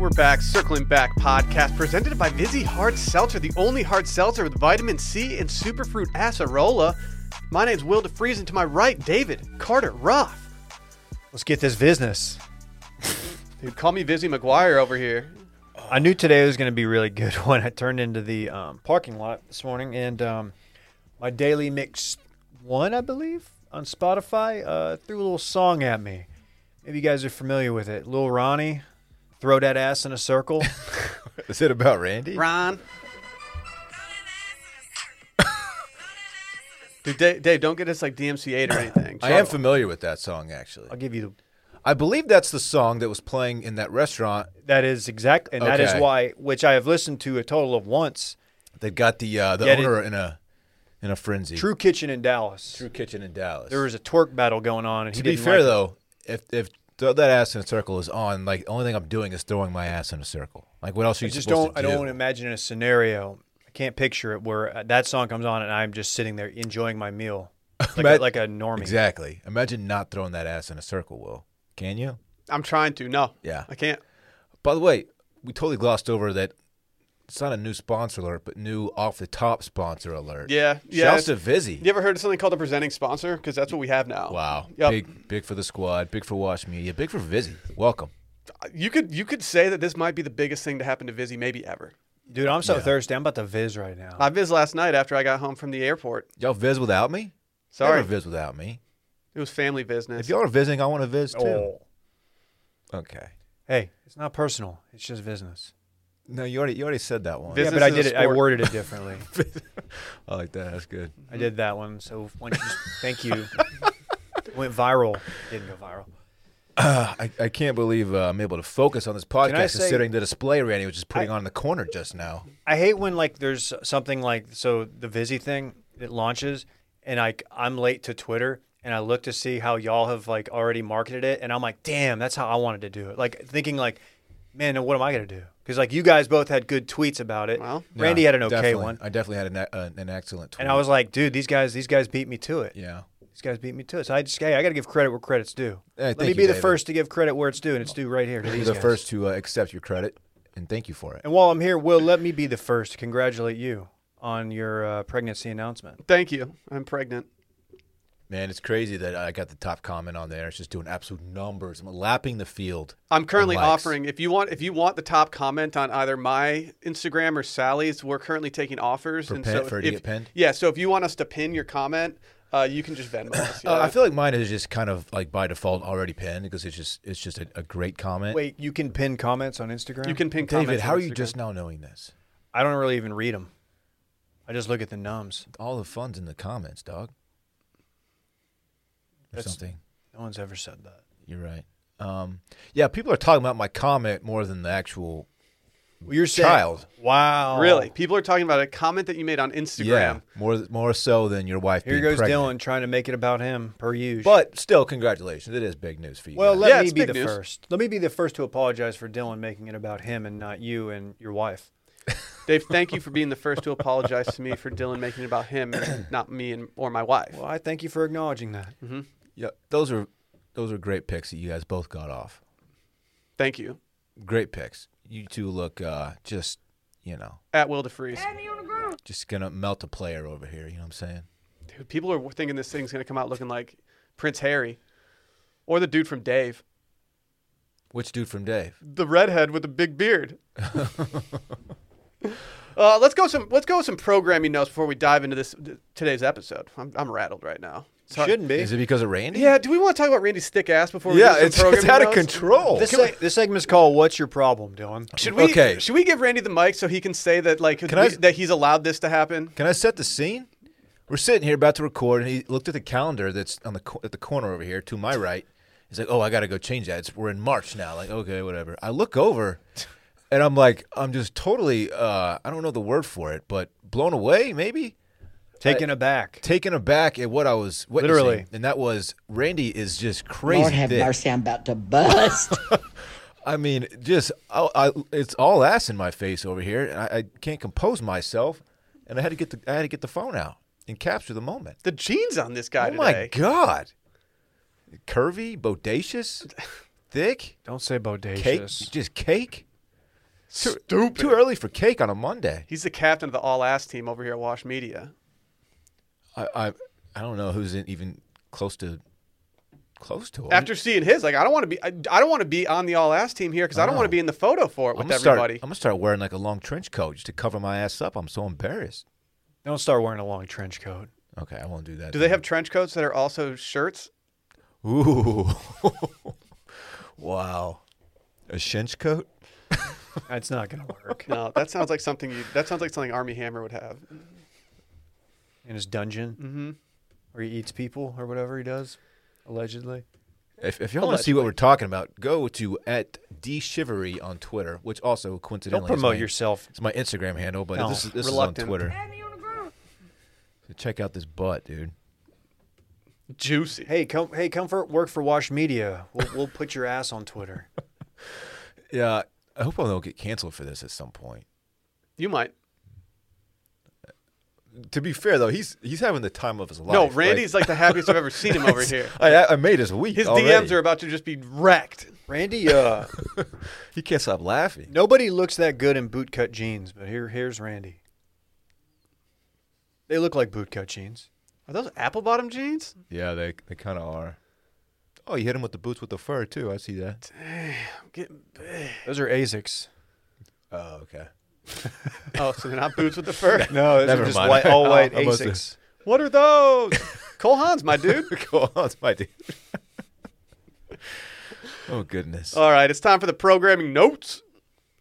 We're back, Circling Back podcast presented by Vizzy Hard Seltzer, the only hard seltzer with vitamin C and superfruit acerola. My name's Will DeFries, and to my right, David Carter Roth. Let's get this business. Dude, call me Vizzy McGuire over here. I knew today was going to be really good when I turned into the um, parking lot this morning, and um, my daily mix one, I believe, on Spotify uh, threw a little song at me. Maybe you guys are familiar with it. Lil Ronnie, throw that ass in a circle. Is it about Randy? Ron. Dude, Dave, Dave, don't get us like DMCA or anything. I am familiar with that song actually. I'll give you the. I believe that's the song that was playing in that restaurant That is exactly, and that is Okay. why, which I have listened to a total of once. that got the uh, the Yeah, it- owner in a in a frenzy. True Kitchen in Dallas. True Kitchen in Dallas. There was a twerk battle going on, and to he be didn't fair like it. though, if if throw that ass in a circle is on, like the only thing I'm doing is throwing my ass in a circle. Like what else are you I just supposed don't. to I do? don't want to imagine a scenario. I can't picture it where uh, that song comes on and I'm just sitting there enjoying my meal, like, a, Matt- like a normie. Exactly. Imagine not throwing that ass in a circle. Will can you? I'm trying to. No. Yeah. I can't. By the way, we totally glossed over that. It's not a new sponsor alert, but new off the top sponsor alert. Yeah, yeah, Shouts to Vizzy. You ever heard of something called a presenting sponsor? Because that's what we have now. Wow. Yep. Big big for the squad, big for Wash Media, big for Vizzy. Welcome. You could you could say that this might be the biggest thing to happen to Vizzy maybe ever. Dude, I'm so thirsty. I'm about to viz right now. I viz last night after I got home from the airport. Y'all Viz without me? Sorry, Never Viz without me. it was family If business. y'all are visiting, I want to Viz too. Oh. Okay. Hey, it's not personal. It's just business. No, you already you already said that one. Viz- yeah, but Business I is did a it. I sport. worded it differently. I like that. That's good. I did that one. So why don't you just- thank you. Went viral. Didn't go viral. I, I can't believe uh, I'm able to focus on this podcast say- considering the display Randy was just putting on in the corner just now. I hate when like there's something like so the Vizzy thing that launches and I I'm late to Twitter and I look to see how y'all have like already marketed it and I'm like, damn, that's how I wanted to do it. Like thinking like, man, now what am I gonna do? Because like you guys both had good tweets about it. Well, Randy Yeah, had an okay definitely. one, I definitely had an, e- an, an excellent tweet. and I was like, dude, these guys these guys beat me to it. yeah. These guys beat me to it. So I just hey, I gotta give credit where credit's due. Hey, Let thank me you, be the David. first to give credit where it's due, and it's due right here. To You're these the guys. first to uh, accept your credit and thank you for it. And while I'm here, Will, let me be the first to congratulate you on your uh, pregnancy announcement. Thank you. I'm pregnant. Man, it's crazy that I got the top comment on there. It's just doing absolute numbers. I'm lapping the field. I'm currently Likes. offering if you want if you want the top comment on either my Instagram or Sally's, we're currently taking offers. For and pin- so for it to if, get pinned? Yeah, so if you want us to pin your comment, uh, you can just Venmo us. Uh, yeah. I feel like mine is just kind of like by default already pinned because it's just it's just a, a great comment. Wait, you can pin comments on Instagram. you can pin David, comments. how on are you Instagram. just now knowing this? I don't really even read them. I just look at the numbs. All the fun's in the comments, dog. Or That's- something. No one's ever said that. You're right. Um, yeah, people are talking about my comment more than the actual. Well, you're saying, Child. Wow. really? People are talking about a comment that you made on Instagram. Yeah, more more so than your wife. Here being goes pregnant. Dylan trying to make it about him per usual. But still, congratulations. It is big news for you. well, guys. let Yeah, me it's be big the news. first. Let me be the first to apologize for Dylan making it about him and not you and your wife. Dave, thank you for being the first to apologize to me for Dylan making it about him and not me and or my wife. Well, I thank you for acknowledging that. yeah, those are those are great picks that you guys both got off. Thank you. Great picks. You two look uh, just you know At Will DeFreeze. just gonna melt a player over here. You know what I'm saying? Dude, people are thinking this thing's going to come out looking like Prince Harry or the dude from Dave, Which dude from Dave? the redhead with the big beard. uh, let's go some let's go with some programming notes before we dive into this th- today's episode. I'm, I'm rattled right now. Sorry. Uh, Shouldn't be. Is it because of Randy? Yeah, do we want to talk about Randy's thick ass before we do yeah, some it's, programming it's out of notes? control. This, seg- this segment's called "What's Your Problem," Dylan. Should we Okay. should we give Randy the mic so he can say that like I we- s- that he's allowed this to happen? Can I set the scene? We're sitting here about to record, and he looked at the calendar that's on the co- at the corner over here to my right. He's like, "Oh, I gotta go change that. It's, we're in March now." Like, okay, whatever. I look over, and I'm like, I'm just totally, uh, I don't know the word for it, but blown away, maybe Taken aback. taken aback at what I was witnessing. Literally. and that was Randy is just crazy. Lord have thick. mercy, I'm about to bust. I mean, just I, I, it's all ass in my face over here, and I, I can't compose myself. And I had to get the I had to get the phone out and capture the moment. The jeans on this guy Oh today. my god! Curvy, bodacious, thick, Don't say bodacious. cake, just cake. Stupid. Too early for cake on a Monday. He's the captain of the all ass team over here at Wash Media. I I, I don't know who's in, even close to close to him. After seeing his, like, I don't want to be, I, I don't want to be on the all ass team here because I don't want to be in the photo for it I'm with gonna start. everybody. I'm gonna start wearing like a long trench coat just to cover my ass up. I'm so embarrassed. Don't start wearing a long trench coat. Okay, I won't do that. Do they have trench coats that are also shirts? Ooh, wow, a shinch coat. It's not gonna work. No, that sounds like something. You, that sounds like something Army Hammer would have. In his dungeon, mm-hmm. where he eats people or whatever he does, allegedly. If, if y'all want to see what we're talking about, go to at dshivery on Twitter, which also coincidentally Don't is promote my- yourself. It's my Instagram handle, but No, this is this is on reluctant. Twitter. So check out this butt, dude. Juicy. Hey, come, hey, come for work for Wash Media. We'll, we'll put your ass on Twitter. Yeah, I hope I don't get canceled for this at some point. You might. To be fair though, he's he's having the time of his life. No, Randy's like the happiest I've ever seen him over here. I, I made his week. His already. DMs are about to just be wrecked. Randy, uh, He can't stop laughing. nobody looks that good in bootcut jeans, but here, here's Randy. They look like bootcut jeans. Are those apple bottom jeans? Yeah, they they kind of are. Oh, you hit him with the boots with the fur too. I see that. I'm getting big. Those are Asics. Oh, okay. Oh, so they're not boots with the fur. No, those Never are just mind. white, all white I must have- Asics. What are those? Cole Hans, my dude. Go on, my dude. oh goodness. All right, it's time for the programming notes.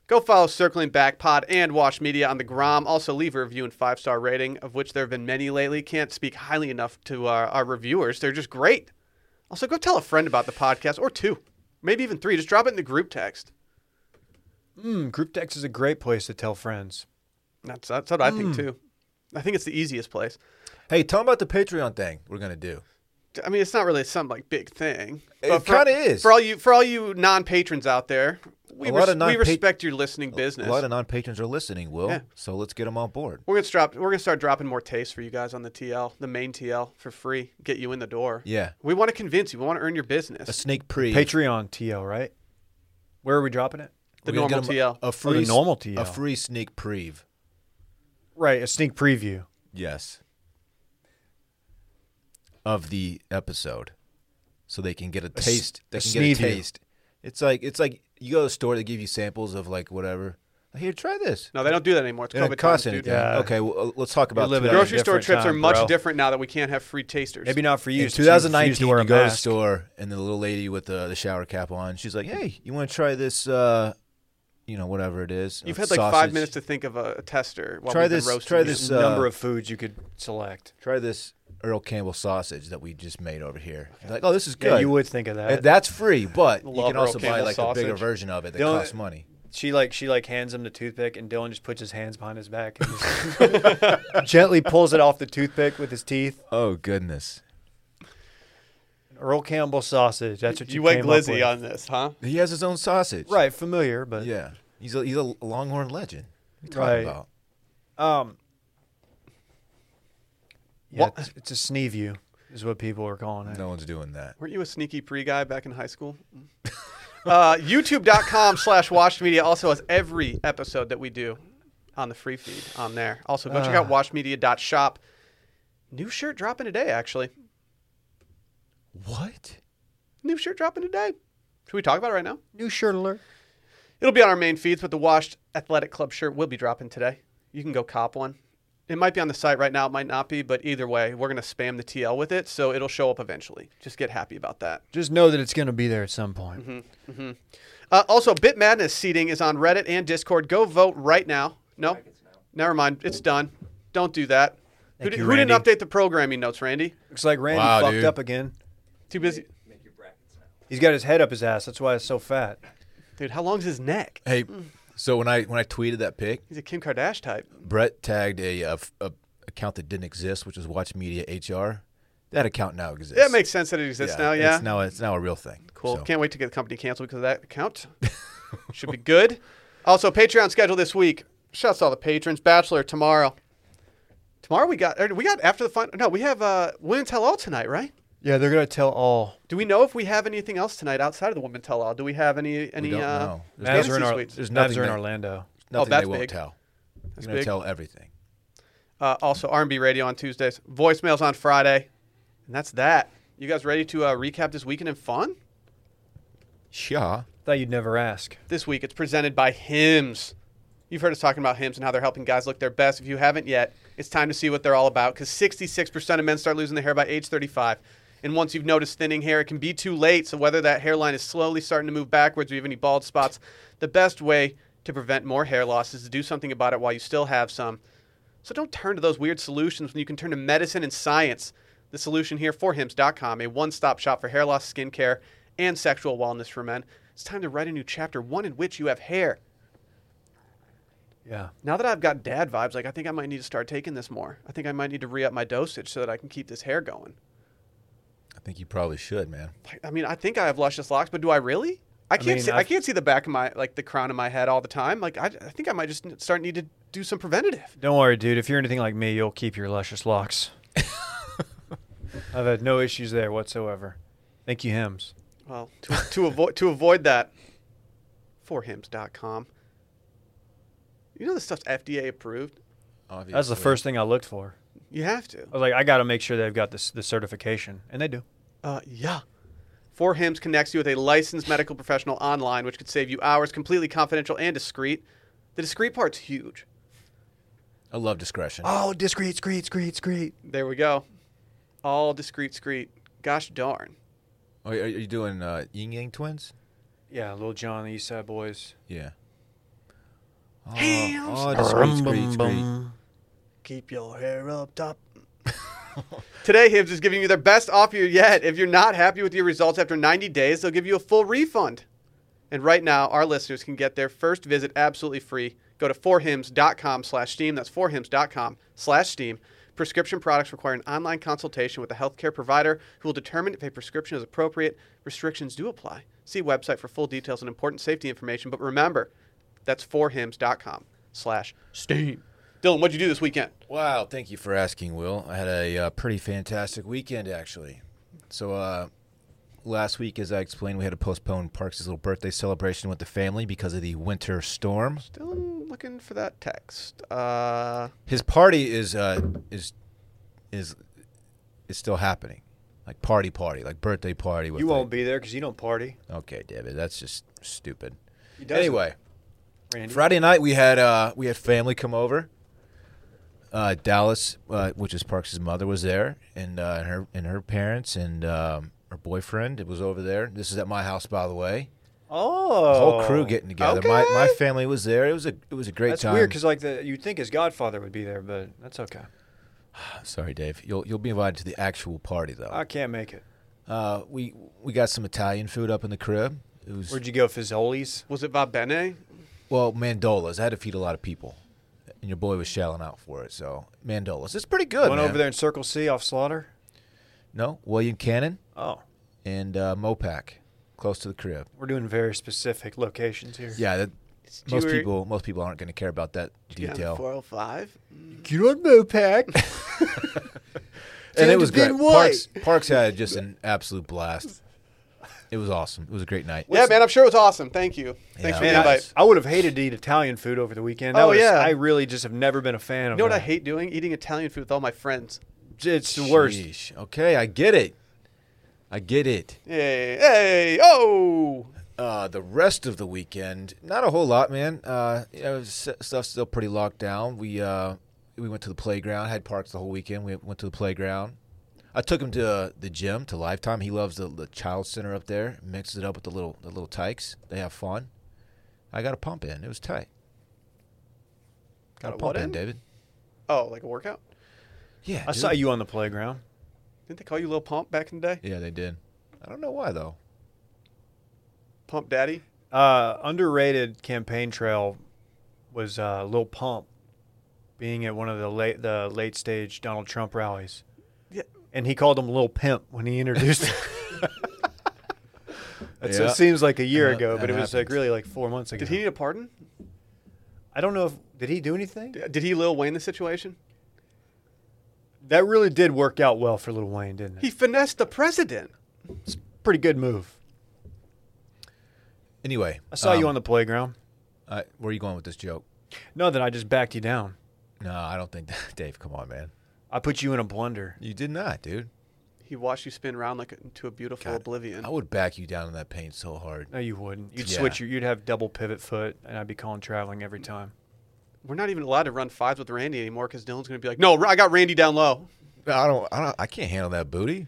Go follow Circling Back Pod and Watch Media on the Grom. Also, leave a review and five star rating, of which there have been many lately. Can't speak highly enough to our, our reviewers. They're just great. Also, go tell a friend about the podcast or two, maybe even three. Just drop it in the group text. Mm, group text is a great place to tell friends. That's, that's what I think, Hmm. too. I think it's the easiest place. Hey, tell him about the Patreon thing we're gonna do. I mean, it's not really some like big thing. It But for- kinda is. for all you for all you non patrons out there. We, A lot res- of we non-pat- respect your listening business. A lot of non patrons are listening, Will. Yeah. So let's get them on board. We're gonna start. We're gonna start dropping more tastes for you guys on the TL, the main TL, for free. Get you in the door. Yeah. We want to convince you. We want to earn your business. A sneak pre. Patreon TL, right? Where are we dropping it? the We're gonna normal get 'em TL. A free the s- normal A TL. free sneak preve. Right, a sneak preview. Yes. Of the episode, so they can get a s- taste. They a can get a sneeview. taste. It's like it's like you go to the store. They give you samples of like whatever. Here, try this. no, they don't do that anymore. It's It doesn't COVID cost times, dude. anything. Yeah. Okay, well, uh, let's talk about living in a Grocery different store trips are time, much bro. different now that we can't have free tasters. Maybe not for you. In since you refuse 2019, to you wear go a to the mask. store and the little lady with the, the shower cap on, she's like, "Hey, you want to try this? Uh, you know, whatever it is." You've uh, had like five sausage. minutes to think of a, a tester while Try we've this- been roasting. try you. this There's a number uh, of foods you could select. Try this Earl Campbell sausage that we just made over here. You're Like, oh, this is good. Yeah, you would think of And that. that's free, but you Love can Earl also buy Campbell like a bigger sausage. version of it that The only- costs money. She like she like hands him the toothpick, and Dylan just puts his hands behind his back and just gently pulls it off the toothpick with his teeth. Oh goodness, Earl Campbell sausage. That's what you, you went came up glizzy with. on this, huh? he has his own sausage. Right, familiar, but Yeah, he's a, he's a Longhorn legend. What are you talking Right. about? um, yeah, What- it's, it's a snee view is what people are calling it. No one's doing that. Weren't you a sneaky pre guy back in high school? uh, YouTube.com slash Washed Media also has every episode that we do on the free feed on there. Also, go check out washedmedia.shop. New shirt dropping today, actually. What? New shirt dropping today. Should we talk about it right now? New shirt alert. It'll be on our main feeds, but the Washed Athletic Club shirt will be dropping today. You can go cop one. It might be on the site right now, it might not be, but either way, we're going to spam the TL with it, so it'll show up eventually. Just get happy about that. Just know that it's going to be there at some point. Uh, also, Bit Madness seating is on Reddit and Discord. Go vote right now. No, never mind. It's done. Don't do that. Who, Thank did, you, who didn't Randy. update the programming notes, Randy? Looks like Randy Wow, fucked dude. up again. Too busy. He's got his head up his ass. That's why it's so fat. Dude, how long's his neck? Hey, Mm. so when I when I tweeted that pic, He's a Kim Kardashian type. Brett tagged a, uh, f- a account that didn't exist, which was Watch Media HR. That account now exists. Yeah, it makes sense that it exists now. Yeah. it's now it's now a real thing. Cool. So- Can't wait to get the company canceled because of that account. Should be good. Also, Patreon schedule this week. Shouts to all the patrons. Bachelor er, tomorrow. Tomorrow we got or we got after the fun. No, we have uh, Women's Hello tonight, right? Yeah, they're gonna tell all. Do we know if we have anything else tonight outside of the woman tell all? Do we have any any don't uh, know. There's Mavs are in, fantasy Ar- suites? There's Mavs nothing are in that- Orlando. Nothing oh, that's they won't big. tell. They're That's gonna big. tell everything. Uh, also, R&B radio on Tuesdays. Voicemails on Friday, and that's that. You guys ready to uh, recap this weekend in fun? Sure. Thought you'd never ask. This week it's presented by Hims. You've heard us talking about Hims and how they're helping guys look their best. If you haven't yet, it's time to see what they're all about because 66% of men start losing their hair by age 35. And once you've noticed thinning hair, it can be too late. So whether that hairline is slowly starting to move backwards or you have any bald spots, the best way to prevent more hair loss is to do something about it while you still have some. So don't turn to those weird solutions when you can turn to medicine and science. The solution here for hims.com, a one-stop shop for hair loss, skincare, and sexual wellness for men. It's time to write a new chapter, one in which you have hair. Yeah. Now that I've got dad vibes, like I think I might need to start taking this more. I think I might need to re-up my dosage so that I can keep this hair going. I think you probably should, man. Like, I mean, I think I have luscious locks, but do I really? I can't mean, see, I I've- can't see the back of my like the crown of my head all the time. Like I, I think I might just start need to do some preventative. Don't worry, dude. If you're anything like me, you'll keep your luscious locks. I've had no issues there whatsoever. Thank you, Hems. Well, to, to avoid to avoid that, forhims.com. You know this stuff's FDA approved. Obviously. That's the first thing I looked for. You have to. I was like, I got to make sure they've got this the certification, and they do. Uh, yeah. Four Hims connects you with a licensed medical professional online, which could save you hours, completely confidential and discreet. The discreet part's huge. I love discretion. Oh, discreet, discreet, discreet, discreet. There we go. All discreet, discreet. Gosh darn. Oh, are are you doing uh, Yin Yang Twins? Yeah, Little John, the East Side Boys. Yeah. Oh, Hams. oh, discreet, discreet, discreet. Keep your hair up top. Today, Hims is giving you their best offer yet. If you're not happy with your results after 90 days, they'll give you a full refund. And right now, our listeners can get their first visit absolutely free. Go to 4hims.com slash steam. That's 4hims.com slash steam. Prescription products require an online consultation with a healthcare provider who will determine if a prescription is appropriate. Restrictions do apply. See website for full details and important safety information. But remember, that's 4hims.com slash steam. Dylan, what'd you do this weekend? Wow, thank you for asking, Will. I had a uh, pretty fantastic weekend, actually. So, uh, last week, as I explained, we had to postpone Parks' little birthday celebration with the family because of the winter storm. Still looking for that text. Uh, His party is uh, is is is still happening, like party party, like birthday party. With You like- won't be there because you don't party. Okay, David, that's just stupid. doesn't. Anyway, Randy. Friday night we had uh, we had family come over. Uh, Dallas, uh, which is Parks' mother, was there, and uh, and her and her parents and um, her boyfriend was over there. This is at my house, by the way. oh, The whole crew getting together. My, Okay. my family was there. It was a it was a great That's time. weird because like the, you'd think his godfather would be there, but that's okay. Sorry, Dave. You'll you'll be invited to the actual party I though. can't make it. Uh, we we got some Italian food up in the crib. It was Where'd you go, Fazoli's? was it Vabene? Well, mandolas. I had to feed a lot of people, and your boy was shelling out for it. So mandolas. It's pretty good. Went man. over there in Circle C off Slaughter. No, William Cannon Oh, and uh, Mopac, close to the crib. we're doing very specific locations here. Yeah, that, Stewart. most people most people aren't going to care about that detail. 405. Get on Mopac. And it was Tend to great. be Parks, Parks had just an absolute blast. It was awesome. It was a great night. yeah, man, I'm sure it was awesome. Thank you. Thanks Yeah, for it the Man, was. invite. I, I would have hated to eat Italian food over the weekend. That Oh, was- yeah. I really just have never been a fan of. You know what I that. hate doing? Eating Italian food with all my friends. It's the worst. Sheesh. Okay, I get it. I get it. Hey, hey, oh! Uh, the rest of the weekend, not a whole lot, man. Uh, you know, s- stuff's still pretty locked down. We uh, we went to the playground. Had parks the whole weekend. We went to the playground. I took him to uh, the gym to Lifetime. He loves the, the child center up there. Mixes it up with the little the little tykes. They have fun. I got a pump in. It was tight. Got Got a a pump what in, in? David. Oh, like a workout? Yeah, I dude. saw you on the playground. Didn't they call you Lil Pump back in the day? Yeah, they did. I don't know why though. Pump Daddy? Uh, underrated campaign trail was uh, Lil Pump being at one of the late the late stage Donald Trump rallies. Yeah. And he called him Lil Pimp when he introduced him. That's, Yeah. It seems like a year Yeah, ago, that but it was like happens. really like four months ago. Did he need a pardon? I don't know if did he do anything? D- Did he Lil Wayne the situation? That really did work out well for Little Wayne, didn't it? He finessed the president. Pretty good move. Anyway, I saw you on the playground. Uh, where are you going with this joke? No, then I just backed you down. No, I don't think that. Dave, come on, man. I put you in a blunder. You did not, dude. He watched you spin around like into a beautiful God, oblivion. I would back you down in that paint so hard. No, you wouldn't. You'd Yeah. switch. Your, you'd have double pivot foot, and I'd be calling traveling every time. We're not even allowed to run fives with Randy anymore because Dylan's going to be like, no, I got Randy down low. I don't. I don't. I can't handle that booty.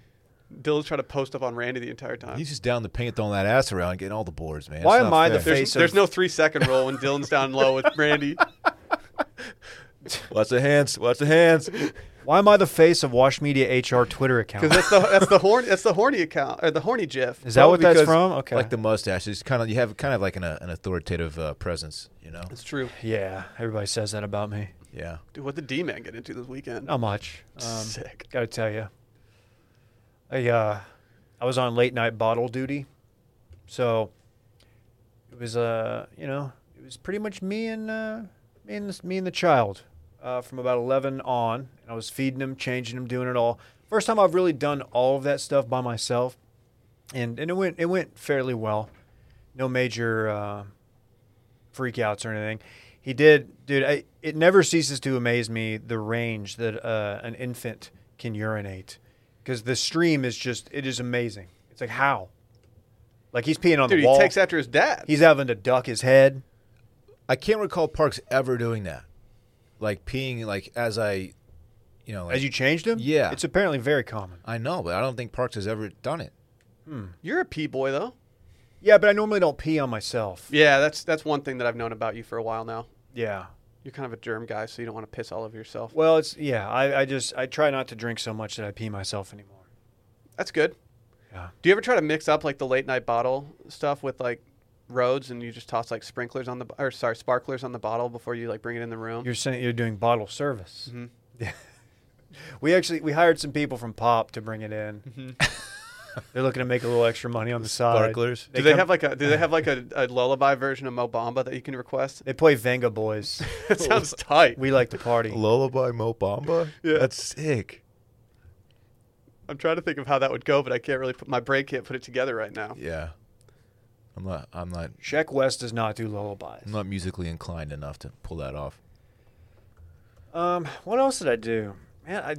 Dylan's trying to post up on Randy the entire time. He's just down the paint throwing that ass around, getting all the boards, man. Why It's am not I the fair. fa- there's, face of- there's no three second rule when Dylan's down low with Randy. Watch the hands. Watch the hands. Why am I the face of Wash Media HR Twitter account? Because that's the that's the horny that's the horny account or the horny GIF. Is that what that's Because, from? Okay. Like the mustache, it's kind of you have kind of like an, uh, an authoritative uh, presence, you know. It's true. yeah, everybody says that about me. Yeah. Dude, what the D man get into this weekend? Not much. Um, Sick. Gotta tell you, I uh, I was on late night bottle duty, so it was uh, you know, it was pretty much me and uh, me and this, me and the child uh, from about eleven on. And I was feeding him, changing him, doing it all. First time I've really done all of that stuff by myself, and and it went it went fairly well. No major uh, freakouts or anything. He did, dude. I, it never ceases to amaze me the range that uh, an infant can urinate, because the stream is just it is amazing. It's like how, like he's peeing on Dude, the he wall. takes after his dad. he's having to duck his head. I can't recall Parks ever doing that, like peeing like as I, you know, like, As you changed him, Yeah. it's apparently very common. I know, but I don't think Parks has ever done it. You're a pee boy though. Yeah, but I normally don't pee on myself. Yeah, that's that's one thing that I've known about you for a while now. Yeah. You're kind of a germ guy, so you don't want to piss all over yourself. Well, it's yeah. I, I just I try not to drink so much that I pee myself anymore. That's good. Yeah. Do you ever try to mix up like the late night bottle stuff with like roads and you just toss like sprinklers on the or sorry sparklers on the bottle before you like bring it in the room? You're saying you're doing bottle service. Mm-hmm. we actually we hired some people from Pop to bring it in. Mm-hmm. They're looking to make a little extra money on the side. Sparklers. do they come- have like a do they have like a, a lullaby version of Mobamba that you can request? They play Venga Boys. It sounds tight. we like to party. Lullaby Mo Bamba. Yeah. That's sick. I'm trying to think of how that would go, but I can't really put my brain can't put it together right now. Yeah. I'm not. I'm not. Sheck West does not do lullabies. I'm not musically inclined enough to pull that off. Um, what else did I do? Man, I.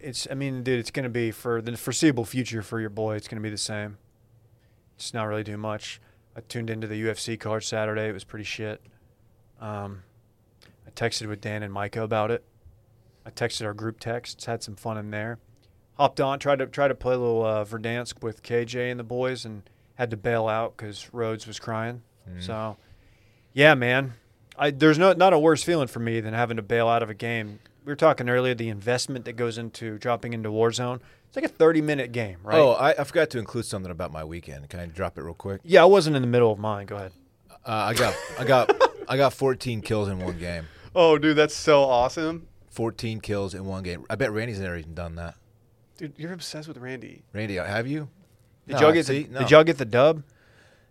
It's. I mean, dude, it's gonna be for the foreseeable future for your boy. It's gonna be the same. It's not really do much. I tuned into the UFC card Saturday. It was pretty shit. Um, I texted with Dan and Micah about it. I texted our group texts. Had some fun in there. Hopped on. Tried to try to play a little uh, Verdansk with KJ and the boys, and had to bail out because Rhodes was crying. So, yeah, man. I, there's no not a worse feeling for me than having to bail out of a game. We were talking earlier the investment that goes into dropping into Warzone. It's like a 30 minute game, right? Oh, I, I forgot to include something about my weekend. Can I drop it real quick? yeah. I wasn't in the middle of mine. Go ahead. Uh, I got. I got. I got 14 kills in one game. Oh, dude, that's so awesome. 14 kills in one game. I bet Randy's never even done that. Dude, you're obsessed with Randy. Randy, have you? Did y'all get the, did y'all get the dub?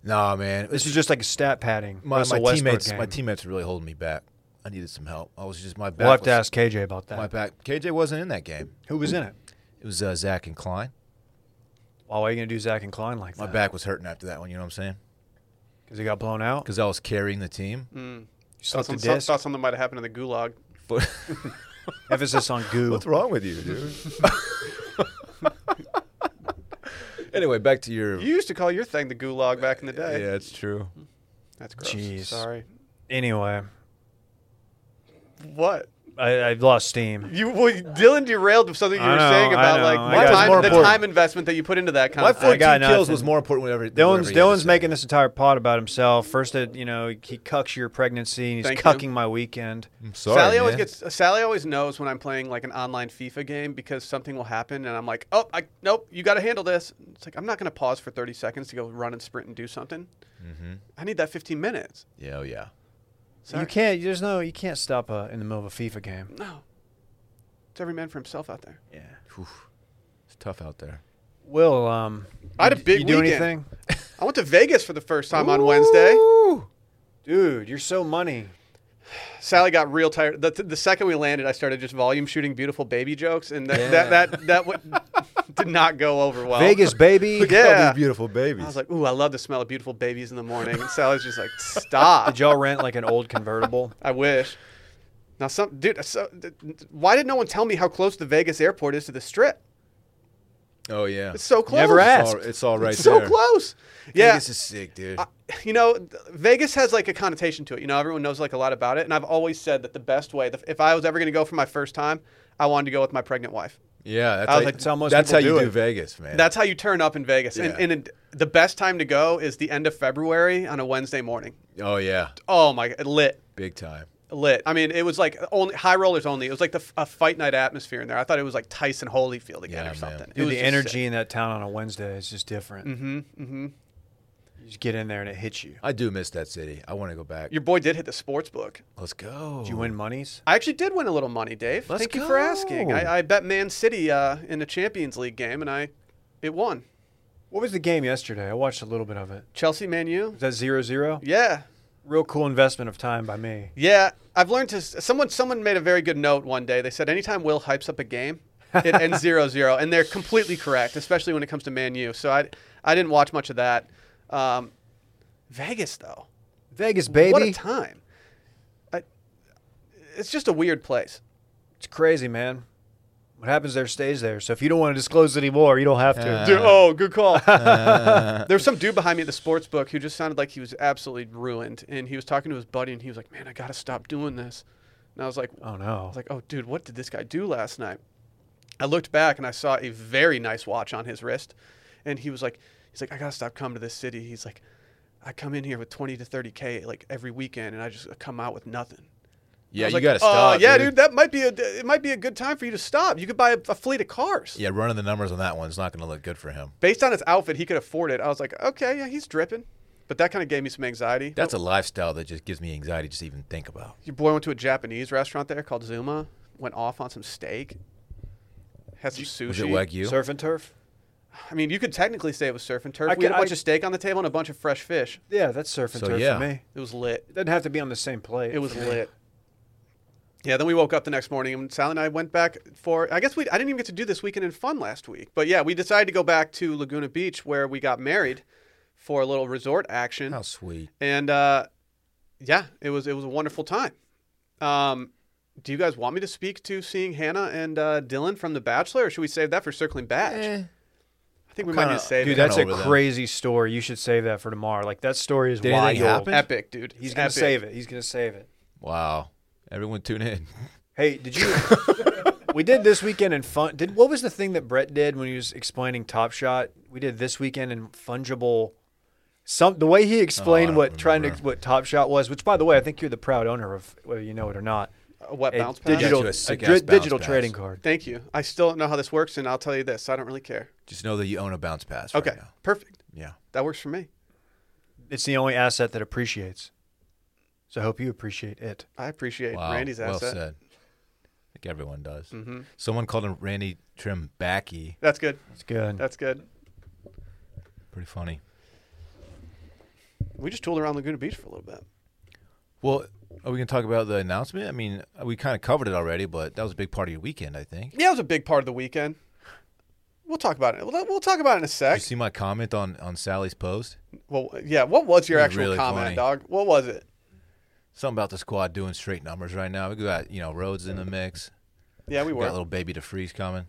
No, man. This This is is just like a stat padding. my, Russell my Westbrook teammates. My game. teammates were really holding me back. I needed some help. I was just my back. We'll have to was- ask KJ about that. My back. KJ wasn't in that game. Who was in it? It was uh, Zach and Klein. Why are you gonna do Zach and Klein like My that? back was hurting after that one. You know what I'm saying? Because he got blown out. Because I was carrying the team. You slipped the Hmm. Some- some- disc. thought something might have happened in the gulag. Emphasis on goo. What's wrong with you, dude? anyway, back to your. You used to call your thing the gulag back in the yeah, day. it's true. That's gross. Jeez. Sorry. Anyway, What? I, I lost steam. You well, Dylan derailed something you I were know, saying I about know, like I my got it. More time, the important. time investment that you put into that kind My of thing. 14 got kills was nothing. more important. Whatever. than Dylan's whatever you had to Dylan's say. making this entire pod about himself. First, that you know he cucks your pregnancy, and he's Thank you. cucking my weekend. I'm sorry, Sally always man. gets. Sally always knows when I'm playing like an online FIFA game because something will happen and I'm like, oh, I, nope, you got to handle this. It's like I'm not going to pause for 30 seconds to go run and sprint and do something. Mm-hmm. I need that 15 minutes. Yeah, oh, yeah. Sorry. You can't. There's no. You can't stop uh, in the middle of a FIFA game. No, it's every man for himself out there. Yeah. Oof. It's tough out there. Will um. I had a you- big You do weekend. anything, I went to Vegas for the first time on Wednesday. dude? You're so money. Sally got real tired. The, the second we landed, I started just volume shooting beautiful baby jokes, and that that that, that w- did not go over well. Vegas, baby. Yeah. these beautiful babies. I was like, ooh, I love the smell of beautiful babies in the morning. And Sally's just like, stop. Did y'all rent like an old convertible? I wish. Now, some dude, uh, so, th- why did no one tell me how close the Vegas airport is to the Strip? Oh yeah. It's so close. Never asked. It's all, it's all right It's so there. close. Yeah. Vegas is sick, dude. you know, th- Vegas has like a connotation to it. You know, everyone knows like a lot about it, and I've always said that the best way, the, if I was ever going to go for my first time, I wanted to go with my pregnant wife. yeah, that's I was how, like, that's how most that's people how you do do it. Vegas, man. That's how you turn up in Vegas, and, Yeah. and it- the best time to go is the end of February on a Wednesday morning. oh yeah, Oh my, God, lit. big time. Lit. I mean, it was like only high rollers only. It was like the f- a fight night atmosphere in there. I thought it was like Tyson Holyfield again Yeah, or man. something. It Dude, was the just energy sick. in that town on a Wednesday is just different. Mm-hmm. Mm-hmm. You just get in there and it hits you. I do miss that city. I want to go back. Your boy did hit the sports book. Let's go. Do you win monies? I actually did win a little money, Dave. Let's Thank you for asking. go. I, I bet Man City uh, in the Champions League game, and I it won. What was the game yesterday? I watched a little bit of it. Chelsea, Man U. Was that zero zero? Yeah, Real cool investment of time by me. yeah. I've learned to. s- Someone someone made a very good note one day. They said anytime Will hypes up a game, it ends 0-0. and they're completely correct, especially when it comes to Man U. So I I didn't watch much of that. Um, Vegas though, Vegas, baby. what a time! I, it's just a weird place. It's crazy, man. What happens there stays there. So if you don't want to disclose anymore, you don't have to. Uh, Dude, oh, good call. there was some dude behind me at the sports book who just sounded like he was absolutely ruined, and he was talking to his buddy, and he was like, "Man, I gotta stop doing this." And I was like, oh no. I was like, "Oh, dude, what did this guy do last night?" I looked back and I saw a very nice watch on his wrist, and he was like, "He's like, I gotta stop coming to this city." He's like, "I come in here with twenty to thirty k like every weekend, and I just come out with nothing." I yeah, was you like, got to stop. "Uh, yeah, dude. that might be a it might be a good time for you to stop. You could buy a, a fleet of cars." Yeah, running the numbers on that one's not going to look good for him. based on his outfit, he could afford it. I was like, okay, yeah, he's dripping. But that kind of gave me some anxiety. That's a lifestyle that just gives me anxiety just to even think about. Your boy went to a Japanese restaurant there called Zuma, went off on some steak, had some sushi. Was it wagyu? Surf and turf? I mean, you could technically say it was surf and turf. I we had a can- bunch I- of steak on the table and a bunch of fresh fish. Yeah, that's surf and So, turf yeah. for me. It was lit. It doesn't have to be on the same plate. It was for me. lit. Yeah, then we woke up the next morning and Sal and I went back for I guess we I didn't even get to do this weekend in fun last week. But yeah, we decided to go back to Laguna Beach where we got married for a little resort action. How sweet. and uh, yeah, it was it was a wonderful time. Um, do you guys want me to speak to seeing Hannah and uh, Dylan from The Bachelor, or should we save that for circling batch? I think we might need to save Dude, it. that's a over them. crazy story. You should save that for tomorrow. Like that story is Did wild. anything happen? epic, dude. He's gonna Epic. save it. He's gonna save it. Wow. Everyone tune in. Hey, did you? we did this weekend in fun. Did what was the thing that Brett did when he was explaining Top Shot? We did this weekend in fungible. Some the way he explained Oh, don't what trying to remember. what Top Shot was, which by the way, I think you're the proud owner of whether you know it or not. A wet A bounce pass. digital, Got you a a sick-ass dri- bounce digital pass. trading card. Thank you. I still don't know how this works, and I'll tell you this: I don't really care. Just know that you own a bounce pass. Okay, Right now. perfect. Yeah. That works for me. It's the only asset that appreciates. So I hope you appreciate it. I appreciate Wow. Randy's well asset. said. I think everyone does. Someone called him Randy Trimbacky. That's good. It's good. That's good. Pretty funny. We just tooled around Laguna Beach for a little bit. Well, are we going to talk about the announcement? I mean, we kind of covered it already, but that was a big part of your weekend, I think. Yeah, it was a big part of the weekend. We'll talk about it. We'll, we'll talk about it in a Did you sec. see my comment on, on Sally's post? Well, yeah. What was your It was actual really comment, funny. dog? What was it? Something about the squad doing straight numbers right now. We got, you know, Rhodes in the mix. Yeah, we We were. got little baby to freeze coming.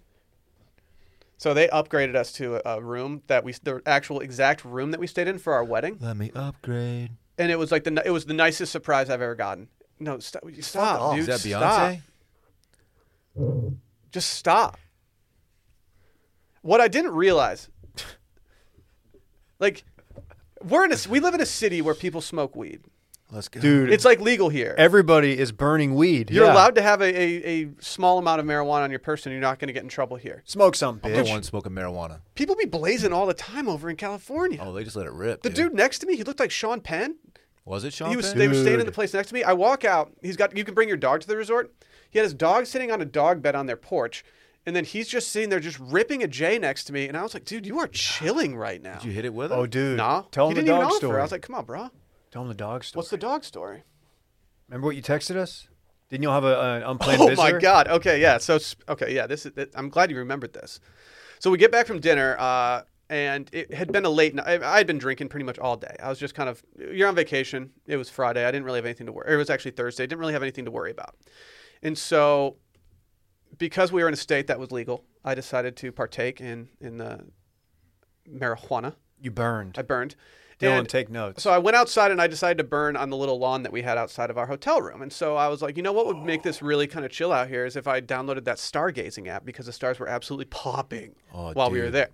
So they upgraded us to a, a room that we the actual exact room that we stayed in for our wedding, Let me upgrade. and it was like the ni- it was the nicest surprise I've ever gotten. No, stop, stop, off. dude. Oh, Is that stop. Beyonce? Just stop. What I didn't realize, like, we're in a, we live in a city where people smoke weed. Let's go. Dude, It's like legal here. everybody is burning weed. You're Yeah. allowed to have a, a, a small amount of marijuana on your person. You're not going to get in trouble here. smoke some, I'm the bitch. one smoking marijuana. People be blazing all the time over in California. Oh, they just let it rip. the dude next to me, he looked like Sean Penn. was it Sean? he was Penn? they were staying in the place next to me. I walk out. He's got you can bring your dog to the resort. He had his dog sitting on a dog bed on their porch, and then he's just sitting there just ripping a J next to me. And I was like, dude, you are chilling right now. Did you hit it with him? Oh, dude. Nah. Tell he him the didn't even dog offer. story. I was like, come on, bro. Tell him the dog story. What's the dog story? Remember what you texted us? Didn't y'all have a, an unplanned oh visitor? my god. Okay, yeah. So s- okay, yeah. This is. th- I'm glad you remembered this. So we get back from dinner, uh, and it had been a late night. I had been drinking pretty much all day. I was just kind of. You're on vacation. It was Friday. I didn't really have anything to worry. It was actually Thursday. Didn't really have anything to worry about, and so because we were in a state that was legal, I decided to partake in in the marijuana. You burned. I burned. Dylan, And- take notes. so I went outside and I decided to burn on the little lawn that we had outside of our hotel room. And so I was like, you know what would make this really kind of chill out here is if I downloaded that stargazing app because the stars were absolutely popping Oh, while we were dude. there.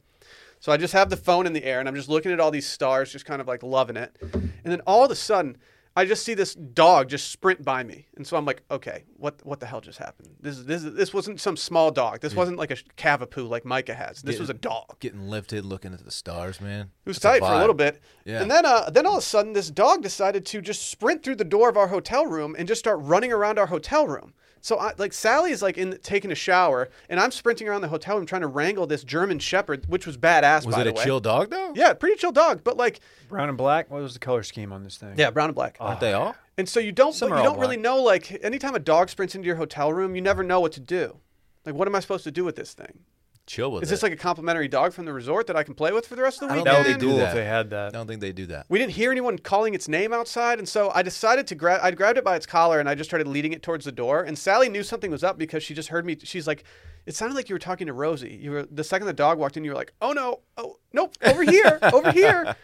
So I just have the phone in the air and I'm just looking at all these stars, just kind of like loving it. And then all of a sudden, I just see this dog just sprint by me, and so I'm like, okay, what what the hell just happened? This is this is, this wasn't some small dog. This wasn't like a cavapoo like Micah has. This Yeah. was a dog. Getting lifted, looking at the stars, man. It was That's tight for a little vibe. bit. Yeah. And then uh, then all of a sudden, this dog decided to just sprint through the door of our hotel room and just start running around our hotel room. So I, like Sally is like in taking a shower, and I'm sprinting around the hotel room trying to wrangle this German Shepherd, which was badass. Was by it the a way. chill dog though? Yeah, pretty chill dog, but like Brown and black. What was the color scheme on this thing? yeah, brown and black. Aren't they all? and so you don't Some you are all don't really black. know like anytime a dog sprints into your hotel room, you never know what to do. Like, what am I supposed to do with this thing? Chill with Is it. this like a complimentary dog from the resort that I can play with for the rest of the I don't weekend? That would They be do cool that. if they had I that. don't think they do that. We didn't hear anyone calling its name outside, and so I decided to grab. I grabbed it by its collar and I just started leading it towards the door. And Sally knew something was up because she just heard me. She's like, "It sounded like you were talking to Rosie." You were the second the dog walked in, you were like, "Oh no, oh nope, over here, over here,"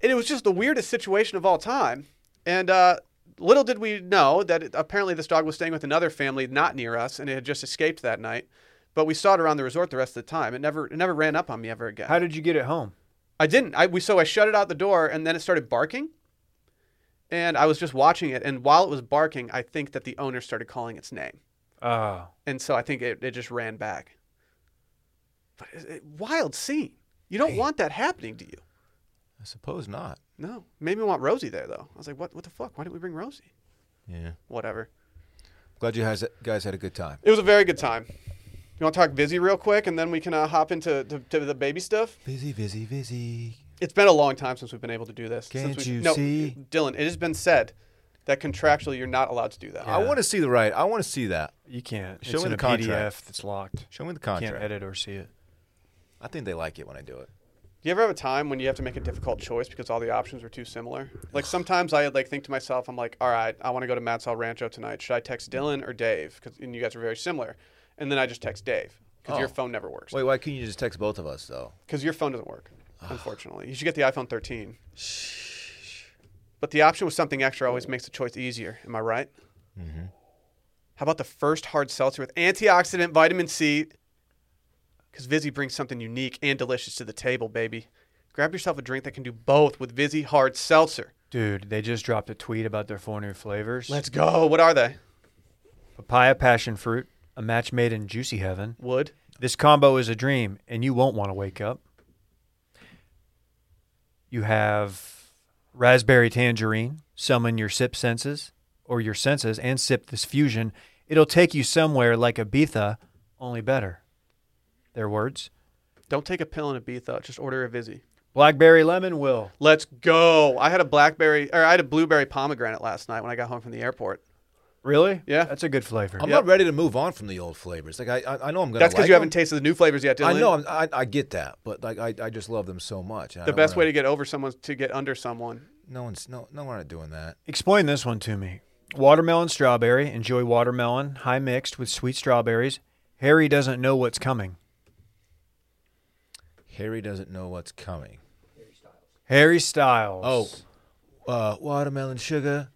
and it was just the weirdest situation of all time. And uh, little did we know that it, apparently this dog was staying with another family not near us, and it had just escaped that night. But we saw it around the resort the rest of the time. It never, it never ran up on me ever again. How did you get it home? I didn't. I we so I shut it out the door and then it started barking. And I was just watching it and while it was barking, I think that the owner started calling its name. Ah. Oh, And so I think it, it just ran back. But it, it- wild scene. You don't want that happening to you. I suppose not. No. Made me want Rosie there though. I was like, "What what the fuck? Why didn't we bring Rosie?" Yeah. Whatever. Glad you guys guys had a good time. It was a very good time. You want to talk busy real quick and then we can uh, hop into to, to the baby stuff? Busy, busy, busy. It's been a long time since we've been able to do this. Can't since we, you no, see? Dylan? It has been said that contractually you're not allowed to do that. I want to see the right. I want to see that. you can't. Show it's me in the a contract. PDF that's locked. Show me the Can't contract. edit or see it. I think they like it when I do it. Do you ever have a time when you have to make a difficult choice because all the options are too similar? Like sometimes I like think to myself, I'm like, all right, I want to go to Matt's El Rancho tonight. Should I text Dylan or Dave? 'Cause- and you guys are very similar. And then I just text Dave because your Oh. phone never works. Wait, why couldn't you just text both of us though? Because your phone doesn't work, unfortunately. You should get the iPhone 13. But the option with something extra always makes the choice easier. Am I right? Mm-hmm. How about the first hard seltzer with antioxidant vitamin C? Because Vizzy brings something unique and delicious to the table, baby. Grab yourself a drink that can do both with Vizzy Hard Seltzer. Dude, they just dropped a tweet about their four new flavors. Let's go. What are they? Papaya passion fruit, a match made in juicy heaven. Wood. This combo is a dream, and you won't want to wake up. You have raspberry tangerine. Summon your sip senses or your senses and sip this fusion. It'll take you somewhere like Ibiza, only better. Their words. Don't take a pill in Ibiza. Just order a Vizzy. Blackberry lemon will. Let's go. I had a blackberry, or I had a blueberry pomegranate last night when I got home from the airport. Really? Yeah. That's a good flavor. I'm Yep. not ready to move on from the old flavors. Like I, I, I know I'm gonna. That's because like you them. haven't tasted the new flavors yet, Dylan. I know. I'm, I, I get that, but like I, I just love them so much. the best way to get over someone is to get under someone. No one's no no we're not doing that. Explain this one to me. Watermelon strawberry. Enjoy watermelon, high mixed with sweet strawberries. Harry doesn't know what's coming. Harry doesn't know what's coming. Harry Styles. Oh. uh, watermelon sugar,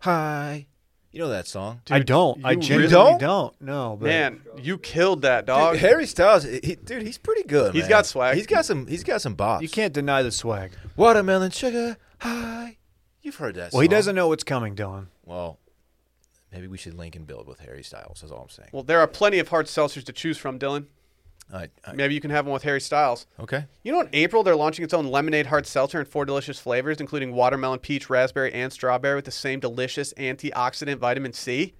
hi. You know that song? I don't. I you genuinely really- don't? No, but Man, you killed that dog. Dude, Harry Styles, he, dude, he's pretty good. He's man. got swag. He's got some. He's got some bops. you can't deny the swag. Watermelon sugar, hi. You've heard that. Well, he song. doesn't know what's coming, Dylan. Well, maybe we should link and build with Harry Styles. That's all I'm saying. well, there are plenty of hard seltzers to choose from, Dylan. I, I- Maybe you can have one with Harry Styles. okay. You know, in April, they're launching its own lemonade hard seltzer in four delicious flavors, including watermelon, peach, raspberry, and strawberry, with the same delicious antioxidant vitamin C.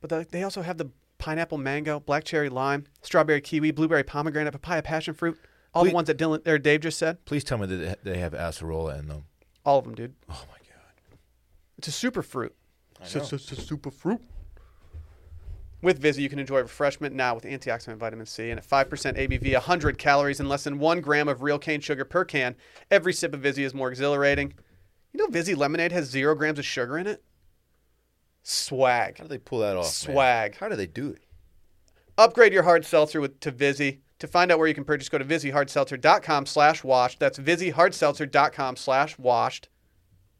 But the, they also have the pineapple, mango, black cherry, lime, strawberry, kiwi, blueberry, pomegranate, papaya, passion fruit. All Please- the ones that Dylan or Dave just said. Please tell me that they have acerola in them. All of them, dude. Oh my god. It's a super fruit. Super fruit. With Vizzy, you can enjoy refreshment now with antioxidant vitamin C and at 5% ABV, 100 calories, and less than one gram of real cane sugar per can. Every sip of Vizzy is more exhilarating. You know, Vizzy lemonade has zero grams of sugar in it? Swag. How do they pull that off? man? Swag. How do they do it? Upgrade your hard seltzer with to Vizzy. To find out where you can purchase, go to VizzyHardSeltzer.com slash washed. That's VizzyHardSeltzer.com slash washed.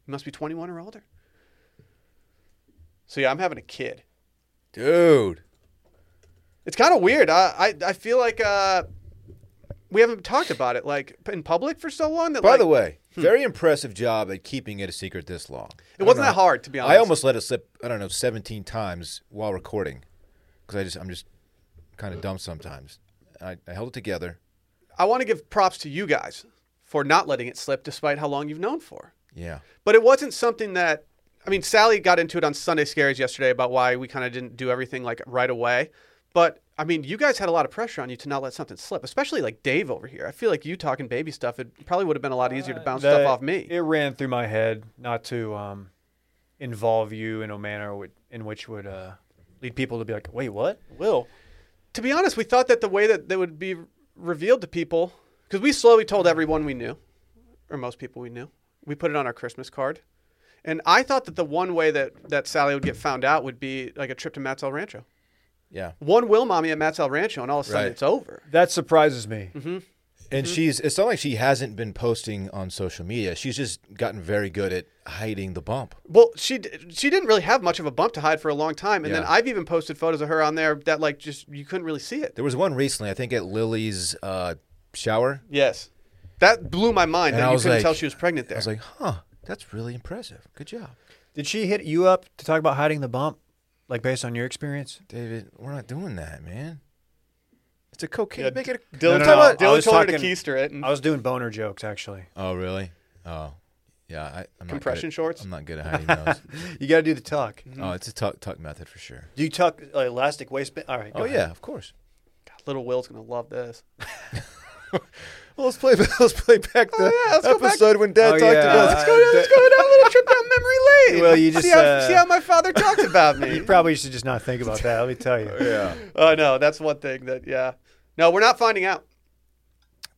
You must be 21 or older. So, yeah, I'm having a kid. Dude. It's kind of weird. I, I, I feel like uh, we haven't talked about it like in public for so long. That, By like, the way, very impressive job at keeping it a secret this long. it wasn't that hard to be honest. I almost let it slip. I don't know, seventeen times while recording, because I just I'm just kind of dumb sometimes. I, I held it together. I want to give props to you guys for not letting it slip, despite how long you've known for. Yeah. But it wasn't something that I mean, Sally got into it on Sunday Scaries yesterday about why we kind of didn't do everything like right away. But I mean, you guys had a lot of pressure on you to not let something slip, especially like Dave over here. I feel like you talking baby stuff, it probably would have been a lot easier to bounce Uh, that- stuff off me. It ran through my head not to um, involve you in a manner would- in which would uh, lead people to be like, "Wait, what?" Will. To be honest, we thought that the way that they would be revealed to people, because we slowly told everyone we knew, or most people we knew, we put it on our Christmas card. And I thought that the one way that, that Sally would get found out would be like a trip to Matt's El Rancho. Yeah. One will mommy at Matt's El Rancho, and all of a sudden Right. it's over. That surprises me. Mm-hmm. And she's it's not like she hasn't been posting on social media. She's just gotten very good at hiding the bump. Well, she d- she didn't really have much of a bump to hide for a long time, and then Yeah. I've even posted photos of her on there that like just you couldn't really see it. There was one recently, I think at Lily's uh, shower. Yes, that blew my mind. And that I you was couldn't like- tell she was pregnant there. I was like, huh, that's really impressive. Good job. Did she hit you up to talk about hiding the bump, like based on your experience? David, we're not doing that, man. It's a cocaine. Yeah, make it a, Dylan, No, no, told no, her- I Dylan was told her to talking- keister it, and I was doing boner jokes actually. Oh, really? Oh, yeah. I, I'm not good Compression at- shorts? I'm not good at hiding those. You got to do the tuck. oh, it's a tuck tuck method for sure. Do you tuck uh, elastic waistband? All right. go Oh ahead. yeah, of course. little Will's gonna love this. Well, let's play. Let's play back the let's go back. episode when Dad Oh, talked yeah. to us. Let's go down- let's go down a little trip down memory lane. Well, you see just, how, uh, see how my father talked about me. You probably should just not think about that. Let me tell you. Yeah. oh no, that's one thing that yeah. No, we're not finding out.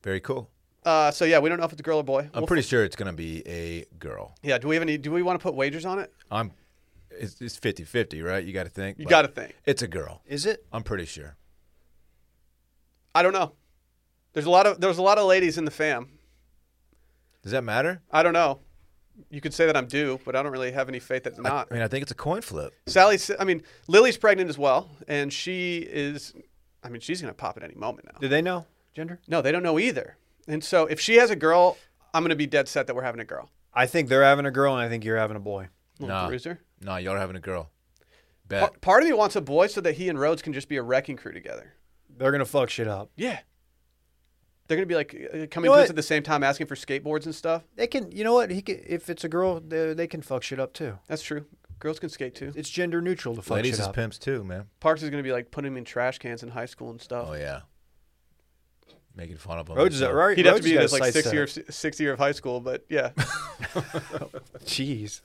Very cool. Uh, so yeah, we don't know if it's a girl or boy. I'm We'll- pretty sure it's gonna be a girl. yeah, do we have any? Do we want to put wagers on it? I'm. It's, it's 50-50, right? You got to think. You but got to think. It's a girl. Is it? I'm pretty sure. I don't know. There's a lot of there's a lot of ladies in the fam. Does that matter? I don't know. You could say that I'm due, but I don't really have any faith that it's not. I mean, I think it's a coin flip. Sally, I mean, Lily's pregnant as well, and she is. I mean, she's gonna pop at any moment now. Did they know gender? No, they don't know either. And so if she has a girl, I'm gonna be dead set that we're having a girl. I think they're having a girl, and I think you're having a boy. Little Nah. bruiser. No, y'all are having a girl. Pa- Bet. part of me wants a boy so that he and Rhodes can just be a wrecking crew together. They're gonna fuck shit up. Yeah. They're gonna be like uh, coming You know to what? us at the same time, asking for skateboards and stuff. They can. You know what? He can, if it's a girl, they, they can fuck shit up too. That's true. Girls can skate too. It's gender neutral to fuck Ladies shit is up. pimps too, man. Parks is gonna be like putting him in trash cans in high school and stuff. Oh yeah. Making fun of them. Rhodes is right. He'd Rhodes have to be in got a his like side sixth set. year, of, sixth year of high school, but yeah, Jeez.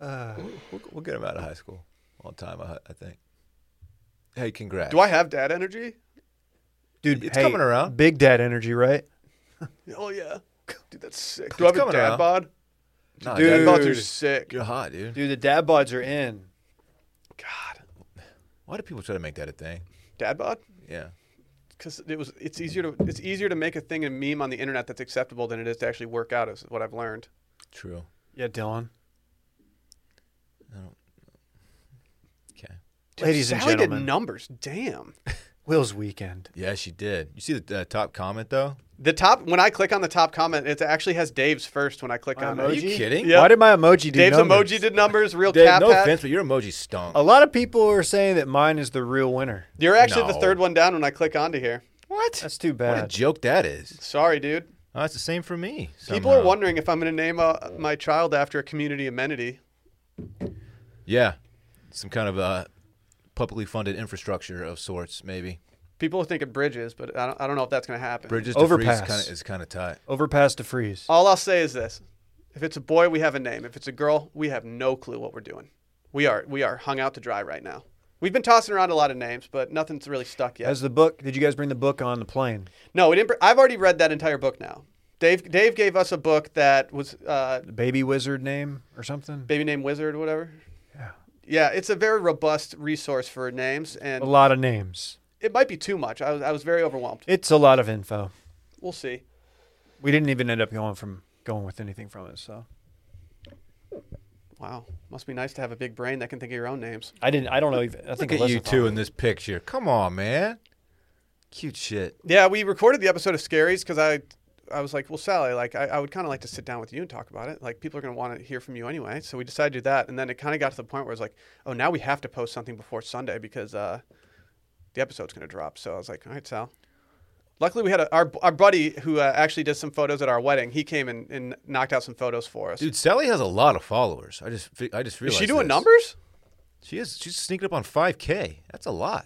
We'll, we'll get him out of high school on time, I, I think. Hey, congrats. do I have dad energy? Dude, It's hey, coming around. Big dad energy, right? Oh yeah, dude, that's sick. Do I have It's a coming dad around. bod? Nah, Dad Dude. bods are sick. You're hot, dude. Dude, the dad bods are in. God, Why do people try to make that a thing? dad bod? Yeah. Because it was, it's easier to, it's easier to make a thing a meme on the internet that's acceptable than it is to actually work out. Is what I've learned. True. Yeah, Dylan. Okay. Dude, Ladies and Sally gentlemen, did numbers. Damn. Will's weekend. Yeah, she did. You see the uh, top comment though? The top when I click on the top comment, it actually has Dave's first when I click My on Are it. emoji? you kidding? Yeah. Why did my emoji do Dave's numbers? emoji did numbers. Real Dave, cap no hat. offense, but your emoji stunk. A lot of people are saying that mine is the real winner. You're actually the No. third one down when I click onto here. what? That's too what a bad. joke that is. Sorry, dude. Oh, it's the same for me. People are somehow. wondering if I'm going to name uh, my child after a community amenity. Yeah, some kind of uh, publicly funded infrastructure of sorts, maybe. People think of bridges, but I don't, I don't know if that's going to happen. Bridges Overpass. to kind of is kind of tight. Overpass to freeze. All I'll say is this If it's a boy, we have a name. If it's a girl, we have no clue what we're doing. We are we are hung out to dry right now. We've been tossing around a lot of names, but nothing's really stuck yet. As the book, did you guys bring the book on the plane? no, we didn't. br- I've already read that entire book now. Dave Dave gave us a book that was uh, The baby wizard name or something? baby name wizard or whatever. Yeah, it's a very robust resource for names, and A lot of names. it might be too much. I was I was very overwhelmed. It's a lot of info. We'll see. We didn't even end up going from going with anything from it. So Wow, must be nice to have a big brain that can think of your own names. I didn't. I don't know. Even, I Look think at Alyssa you two followed. in this picture. Come on, man. Cute shit. Yeah, we recorded the episode of Scaries because I, I was like, well, Sally, like I, I would kind of like to sit down with you and talk about it. Like people are going to want to hear from you anyway, so we decided to do that. And then it kind of got to the point where it's like, oh, now we have to post something before Sunday because uh, the episode's going to drop. So I was like, all right, Sal. Luckily, we had a, our our buddy who uh, actually did some photos at our wedding. He came and, and knocked out some photos for us. Dude, Sally has a lot of followers. I just fi- I just Is realized. she doing this. numbers? She is. She's sneaking up on 5K. That's a lot.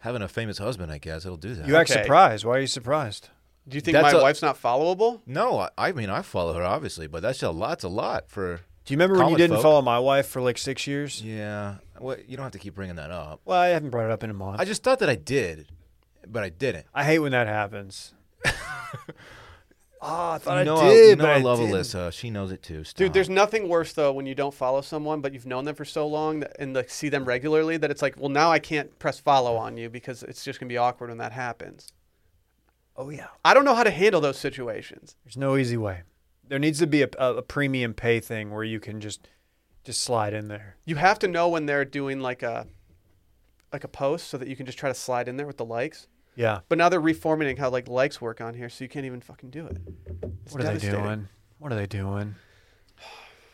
Having a famous husband, I guess, it'll do that. You act Okay. surprised. Why are you surprised? Do you think That's my a- wife's not followable? no, I, I mean, I follow her, obviously, but that's a lot. That's a lot for. Do you remember when Common you didn't folk. follow my wife for like six years? Yeah. Well, you don't have to keep bringing that up. Well, I haven't brought it up in a month. I just thought that I did, but I didn't. I hate when that happens. oh, I thought you know, I did, you know but I love didn't. Alyssa. She knows it too. Stop. Dude, Uh-huh. there's nothing worse though when you don't follow someone, but you've known them for so long that, and like see them regularly that it's like, well, now I can't press follow on you because it's just gonna be awkward when that happens. Oh yeah, I don't know how to handle those situations. there's no easy way. There needs to be a, a, a premium pay thing where you can just just slide in there. You have to know when they're doing like a like a post so that you can just try to slide in there with the likes. Yeah. But now they're reformatting how like likes work on here, so you can't even fucking do it. It's what are they devastating. doing? What are they doing?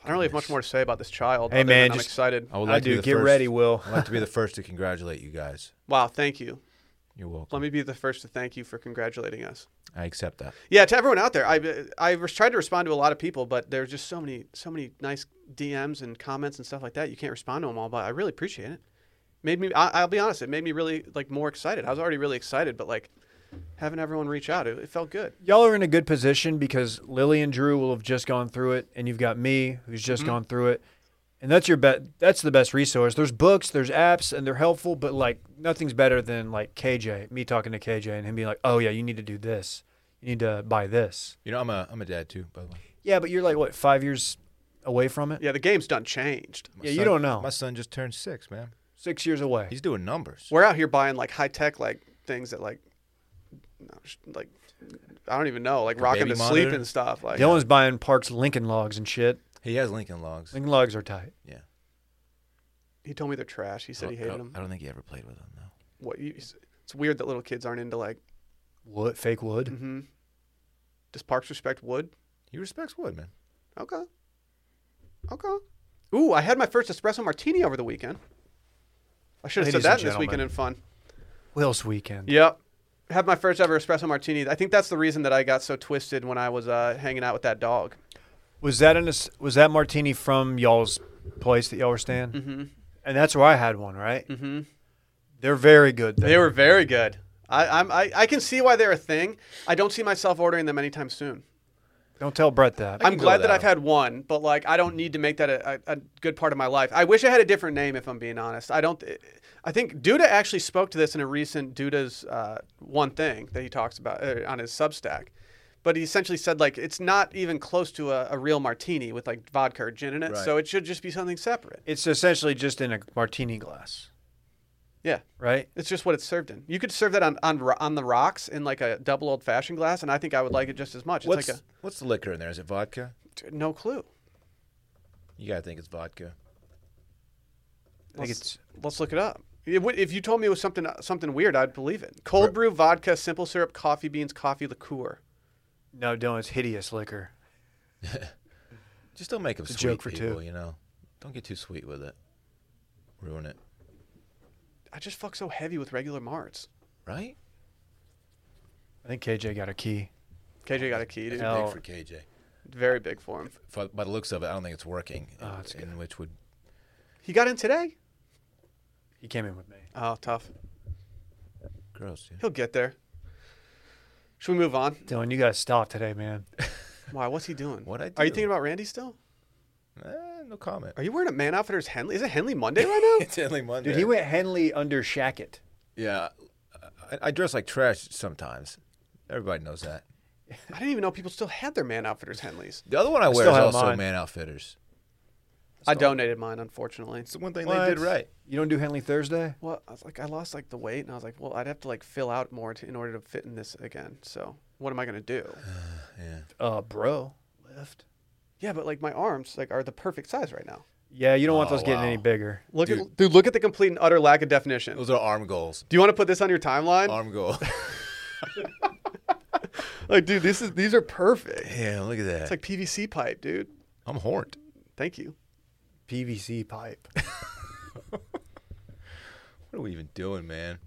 I don't really have much more to say about this child. Hey, other man, than I'm just- excited. I would I like to be do. the Get first- ready, Will. I'd like to be the first to congratulate you guys. Wow, thank you. You're welcome. Let me be the first to thank you for congratulating us. I accept that. Yeah, to everyone out there, I I res- tried to respond to a lot of people, but there's just so many so many nice DMs and comments and stuff like that. You can't respond to them all, but I really appreciate it. Made me. I, I'll be honest, it made me really like more excited. I was already really excited, but like having everyone reach out, it, it felt good. Y'all are in a good position because Lily and Drew will have just gone through it, and you've got me who's just Mm-hmm. gone through it, and that's your bet. That's the best resource. There's books, there's apps, and they're helpful, but like nothing's better than like KJ, me talking to KJ and him being like, "Oh yeah, you need to do this. You need to buy this." You know, I'm a I'm a dad too, by the way. Yeah, but you're like what five years away from it? Yeah, the game's done changed. My Yeah, you son- don't know. My son just turned six, man. Six years away. He's doing numbers. We're out here buying like high tech like things that like no, just, like I don't even know like a rocking baby to sleep monitor? and stuff. Like Dylan's buying Parks Lincoln logs and shit. He has Lincoln Logs. Lincoln logs are tight. Yeah. he told me they're trash. He said he I don't- hated them. Oh, I don't think he ever played with them though. What? You, it's weird that little kids aren't into like Wood, fake wood. Mm-hmm. Does Parks respect wood? He respects wood, man. Okay. Okay. Ooh, I had my first espresso martini over the weekend. I should have said Ladies that and in this weekend gentlemen. in fun. Will's weekend. Yep. Had my first ever espresso martini. I think that's the reason that I got so twisted when I was uh, hanging out with that dog. Was that an es- was that martini from y'all's place that y'all were staying? Mm-hmm. And that's where I had one, right? Mm-hmm. They're very good. There. They were very good. I, I'm, I, I can see why they're a thing. I don't see myself ordering them anytime soon. Don't tell Brett that. I'm can go glad that without I've had one, but like I don't need to make that a, a, a good part of my life. I wish I had a different name, if I'm being honest. I don't. eh, I think Duda actually spoke to this in a recent Duda's uh, one thing that he talks about uh, on his Substack, but he essentially said like it's not even close to a, a real martini with like vodka or gin in it, Right. so it should just be something separate. It's essentially just in a martini glass, Yeah. right? It's just what it's served in. You could serve that on, on ro- on the rocks in like a double old fashioned glass, and I think I would like it just as much. It's What's like what's the liquor in there? Is it vodka? a no clue. You gotta think it's vodka. I think Let's- it's Let's look it up. It would- If you told me it was something something weird, I'd believe it. Cold brew, vodka, simple syrup, coffee beans, coffee liqueur. no, don't. It's hideous liquor. Just don't make them It's a sweet joke for two. people, you know. Don't get too sweet with it. Ruin it. I just fuck so heavy with regular marts. Right? I think KJ got a key. KJ got a key, dude. Yeah. No. Big for KJ. Very big for him. For, by the looks of it, I don't think it's working. Oh, and- it's and which would He got in today. He came in with me. Oh, tough. gross, dude. He'll get there. Should we move on? Dylan, you gotta stop today, man. Why? What's he doing? What'd I Are you do? thinking about Randy still? Eh, no comment. Are you wearing a Man Outfitters Henley? Is it Henley Monday right now? It's only Monday. Dude, he went Henley under Shackett. Yeah, I, I dress like trash sometimes. Everybody knows that. I didn't even know people still had their Man Outfitters Henleys. The other one I, wear still is have also mine. Man Outfitters. I donated mine, unfortunately. It's the one thing What? they did right. You don't do Henley Thursday? Well, I was like, I lost like the weight, and I was like, well, I'd have to like fill out more to, in order to fit in this again. So what am I gonna do? Yeah. Uh, bro, lift. Yeah, but like my arms like are the perfect size right now. Yeah, you don't want Oh, those getting wow. any bigger. Look at dude, look at the complete and utter lack of definition. Those are arm goals. Do you want to put this on your timeline? Arm goal. Like, dude, this is these are perfect. yeah, look at that. It's like PVC pipe, dude. I'm horned. Thank you. PVC pipe. What are we even doing, man?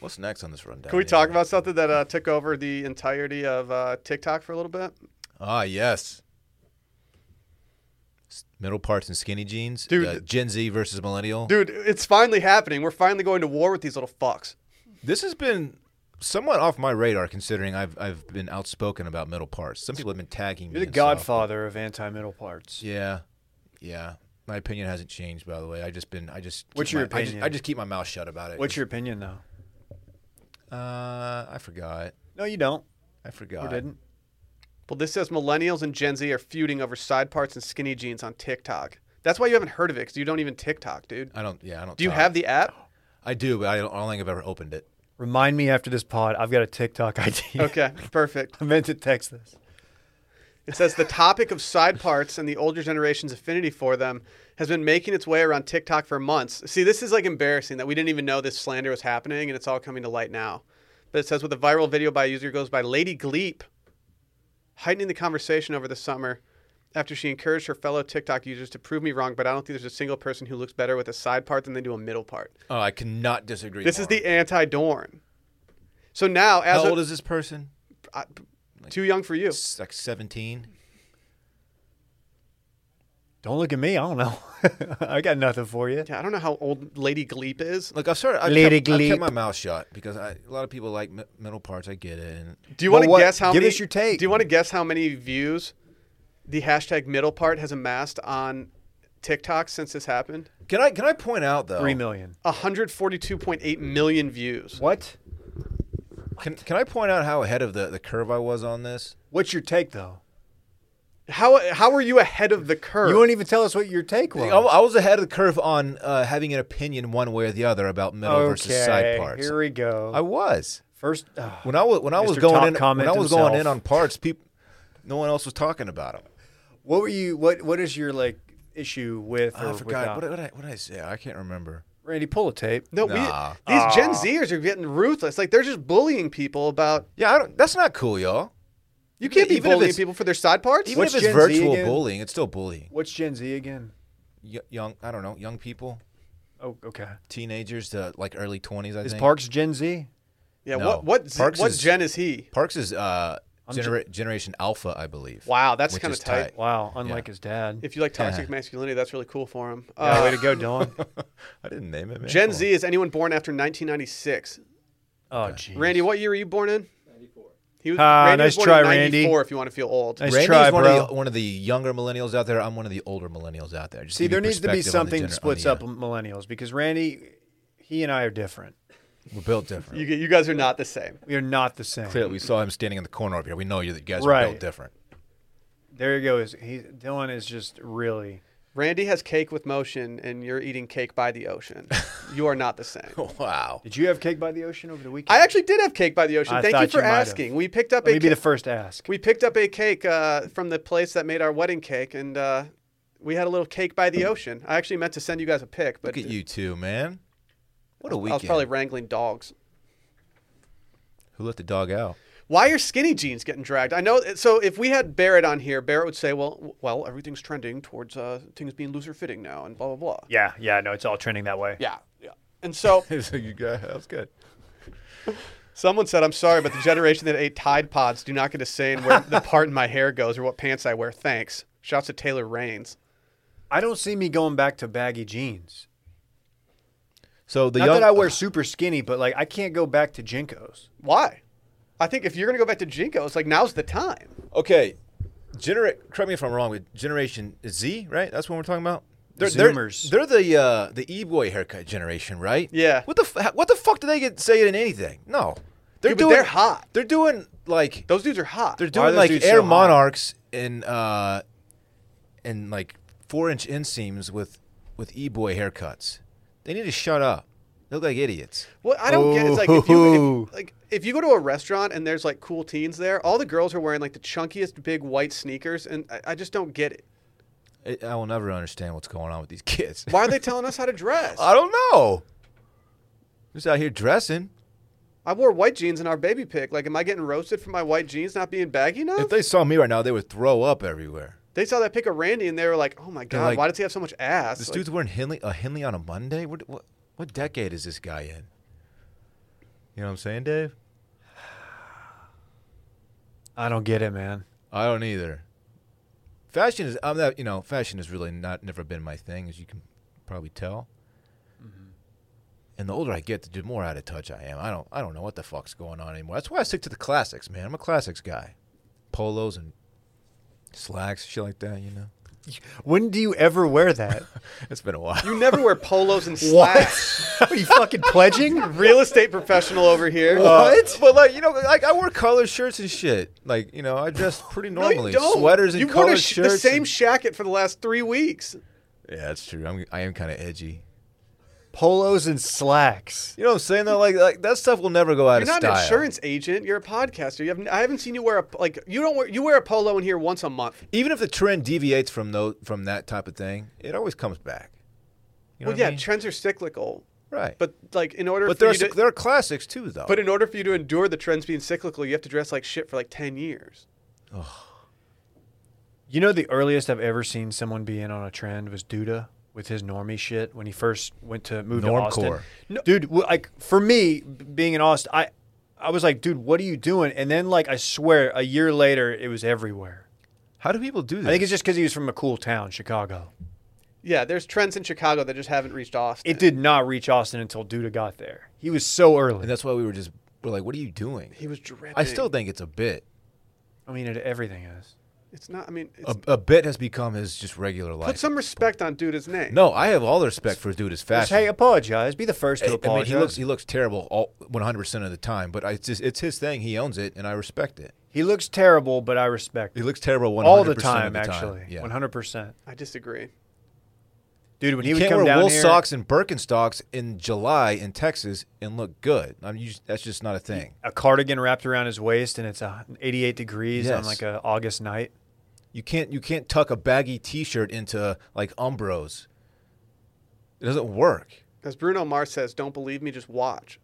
What's next on this rundown? Can we talk about something that uh, took over the entirety of uh, TikTok for a little bit? Ah, yes. S- Middle parts and skinny jeans. Dude, Uh, th- Gen Z versus millennial. Dude, it's finally happening. We're finally going to war with these little fucks. This has been somewhat off my radar, considering I've I've been outspoken about middle parts. Some people have been tagging me. You're the and stuff. godfather of anti-middle parts. Yeah, yeah. My opinion hasn't changed, by the way. I just been I just. keep What's your my- I just- I opinion? just, keep my mouth shut about it. What's your opinion, though? Uh, I forgot. No, you don't. I You forgot. didn't. Well, this says millennials and Gen Z are feuding over side parts and skinny jeans on TikTok. That's why you haven't heard of it because you don't even TikTok, dude. I don't. Yeah, I don't. Do you talk. have the app? I do, but I don't, I don't think I've ever opened it. Remind me after this pod. I've got a TikTok idea. Okay, perfect. I meant to text this. It says the topic of side parts and the older generation's affinity for them has been making its way around TikTok for months. See, this is like embarrassing that we didn't even know this slander was happening and it's all coming to light now. But it says with a viral video by a user who goes by Lady Gleep, heightening the conversation over the summer after she encouraged her fellow TikTok users to prove me wrong, but I don't think there's a single person who looks better with a side part than they do a middle part. Oh, I cannot disagree. This is more. the anti Dorn. So now, as How a- old is this person? I- too young for you. It's like 17. Don't look at me. I don't know. I got nothing for you. Yeah, I don't know how old Lady Gleep is. Look, I've started. I've, Lady kept, I've kept Gleep. my mouth shut because I, a lot of people like mi- middle parts. I get it. And Do you Well, want to what- guess how give many? us your take. Do you want to guess how many views the hashtag middle part has amassed on TikTok since this happened? can I can I point out though? Three million. 142.8 million views. What? Can, can I point out how ahead of the, the curve I was on this? What's your take, though? How how are you ahead of the curve? You won't even tell us what your take was. I, I was ahead of the curve on uh, having an opinion one way or the other about middle versus side parts. Here we go. I was First, ah, when I was when I was Mr. going Top in when Comment I was going himself. in on parts. People, no one else was talking about them. what were you? What What is your like issue with? Or I forgot without? what, what, I, what did I say. I can't remember. Randy, pull a tape. no, Nah. we, these Gen Zers are getting ruthless. Like they're just bullying people about. Yeah, I don't, that's not cool, y'all. You can't be Even if bullying it's- people for their side parts. Even What's if it's Gen Z virtual again? bullying, it's still bullying. What's Gen Z again? Y- young, I don't know, young people, Oh, okay. teenagers to like early twenties. I Is think Parks Gen Z? yeah. no. What what z- Parks what is- Gen is he? Parks is uh, ge- genera- Generation Alpha, I believe. Wow, that's Which kind of is tight. tight. Wow, unlike his dad. If you like toxic masculinity, that's really cool for him. Yeah, Uh, way to go, Dylan. I didn't name it. Man. Gen Come Z is anyone born after 1996. Oh, geez. Randy, what year were you born in? 94. He was, Ah, Randy was nice born try, in Randy. 94 if you want to feel old. Nice Randy's try, one, bro. Of the, one of the younger millennials out there. I'm one of the older millennials out there. Just See, give you there needs to be perspective on the something gener- that on splits the, uh, up millennials because Randy, he and I are different. Uh, we're built different. You, g- you guys are not the same. We are not the same. Clearly, we saw him standing in the corner over here. We know you you guys are Right. built different. There you go. Is he? Dylan is just really. Randy has cake with motion, and you're eating cake by the ocean. you are not the same. Wow. Did you have cake by the ocean over the weekend? I actually did have cake by the ocean. I Thank you thought for you might have. asking. We picked up Let a me be the ca- first to ask. we picked up a cake uh, from the place that made our wedding cake, and uh, we had a little cake by the ocean. I actually meant to send you guys a pic, but Look at you two, man. What a I was weekend. probably wrangling dogs. Who let the dog out? Why are skinny jeans getting dragged? I know. So if we had Barrett on here, Barrett would say, "Well, w- well, everything's trending towards uh, things being looser fitting now, and blah blah blah." Yeah, yeah, no, it's all trending that way. yeah, yeah. And so you guys, that was good. someone said, "I'm sorry, but the generation that ate Tide Pods do not get to say in where the part in my hair goes or what pants I wear." Thanks. Shouts to Taylor Raines. I don't see me going back to baggy jeans. So the Not young, that I wear super skinny, but like I can't go back to jinkos. Why? I think if you're gonna go back to Jinkos, like now's the time. Okay. Gener- correct me if I'm wrong, but Generation Z, right? That's what we're talking about. They're, Zoomers. They're, they're the uh, the e boy haircut generation, right? Yeah. What the f- what the fuck do they get say in anything? No, they're Yeah, but doing. they're hot. They're doing like Those dudes are hot. Why they're are doing those like dudes Air so hot? Monarchs and uh, and like four inch inseams with with e boy haircuts. They need to shut up. They look like idiots. Well, I don't get. It's like if you if, like if you go to a restaurant and there's like cool teens there, all the girls are wearing like the chunkiest big white sneakers, and I, I just don't get it. I, I will never understand what's going on with these kids. Why are they telling us how to dress? I don't know. Just out here dressing. I wore white jeans in our baby pic. Like, am I getting roasted for my white jeans not being baggy enough? If they saw me right now, they would throw up everywhere. They saw that pic of Randy and they were like, "Oh my god, like, why does he have so much ass?" This Like, dude's wearing Henley a Henley on a Monday. What, what what decade is this guy in? You know what I'm saying, Dave? I don't get it, man. I don't either. Fashion is I'm not you know fashion has really not never been my thing as you can probably tell. Mm-hmm. And the older I get, the more out of touch I am. I don't I don't know what the fuck's going on anymore. That's why I stick to the classics, man. I'm a classics guy. Polos and slacks, shit like that. You know, When do you ever wear that? it's been a while. you never wear polos and slacks. Are you fucking pledging? Real estate professional over here. What? Uh, but like you know, like I wear colored shirts and shit. Like you know, I dress pretty No, you normally. don't. Sweaters and you colored wore a sh- shirts. the same and- shacket for the last three weeks. yeah, that's true. I'm, I am kind of edgy. Polos and slacks. You know what I'm saying? Though, like, like that stuff will never go out You're not of style. an insurance agent. You're a podcaster. You haven't, I haven't seen you wear a like. You don't wear. You wear a polo in here once a month. Even if the trend deviates from those, from that type of thing, it always comes back. You know well, what yeah, I mean? trends are cyclical, right. but like in order but for there are, you to, s- there are classics too, though. but in order for you to endure the trends being cyclical, you have to dress like shit for like ten years. You know, the earliest I've ever seen someone be in on a trend was Duda with his normie shit when he first went to move to Austin. Normcore. No. Dude, w- like for me b- being in Austin, I, I was like, dude, what are you doing? And then, like, I swear, a year later, it was everywhere. How do people do that? I think it's just because he was from a cool town, Chicago. Yeah, there's trends in Chicago that just haven't reached Austin. It did not reach Austin until Duda got there. He was so and early. that's why we were just we're like, what are you doing? He was dripping. I still think it's a bit. I mean, it, everything is. It's not. I mean, it's, A, a bit has become his just regular life. put some respect on dude's name. no, I have all the respect for dude as Just, fashion. hey, apologize. Be the first to I- I mean, apologize. he looks he looks terrible all 100 percent of the time, but I, it's just, it's his thing. He owns it, and I respect it. he looks terrible, but I respect He him. looks terrible 100 all the of time, the actually. Time. Yeah, 100%. I disagree. Dude, when you he would can't come wear down wool here, socks and Birkenstocks in July in Texas and look good. I mean, you, just- that's just not a thing. a cardigan wrapped around his waist, and it's uh, 88 degrees on Yes. like a August night. You can't you can't tuck a baggy T-shirt into like Umbros. It doesn't work. As Bruno Mars says, "Don't believe me, just watch."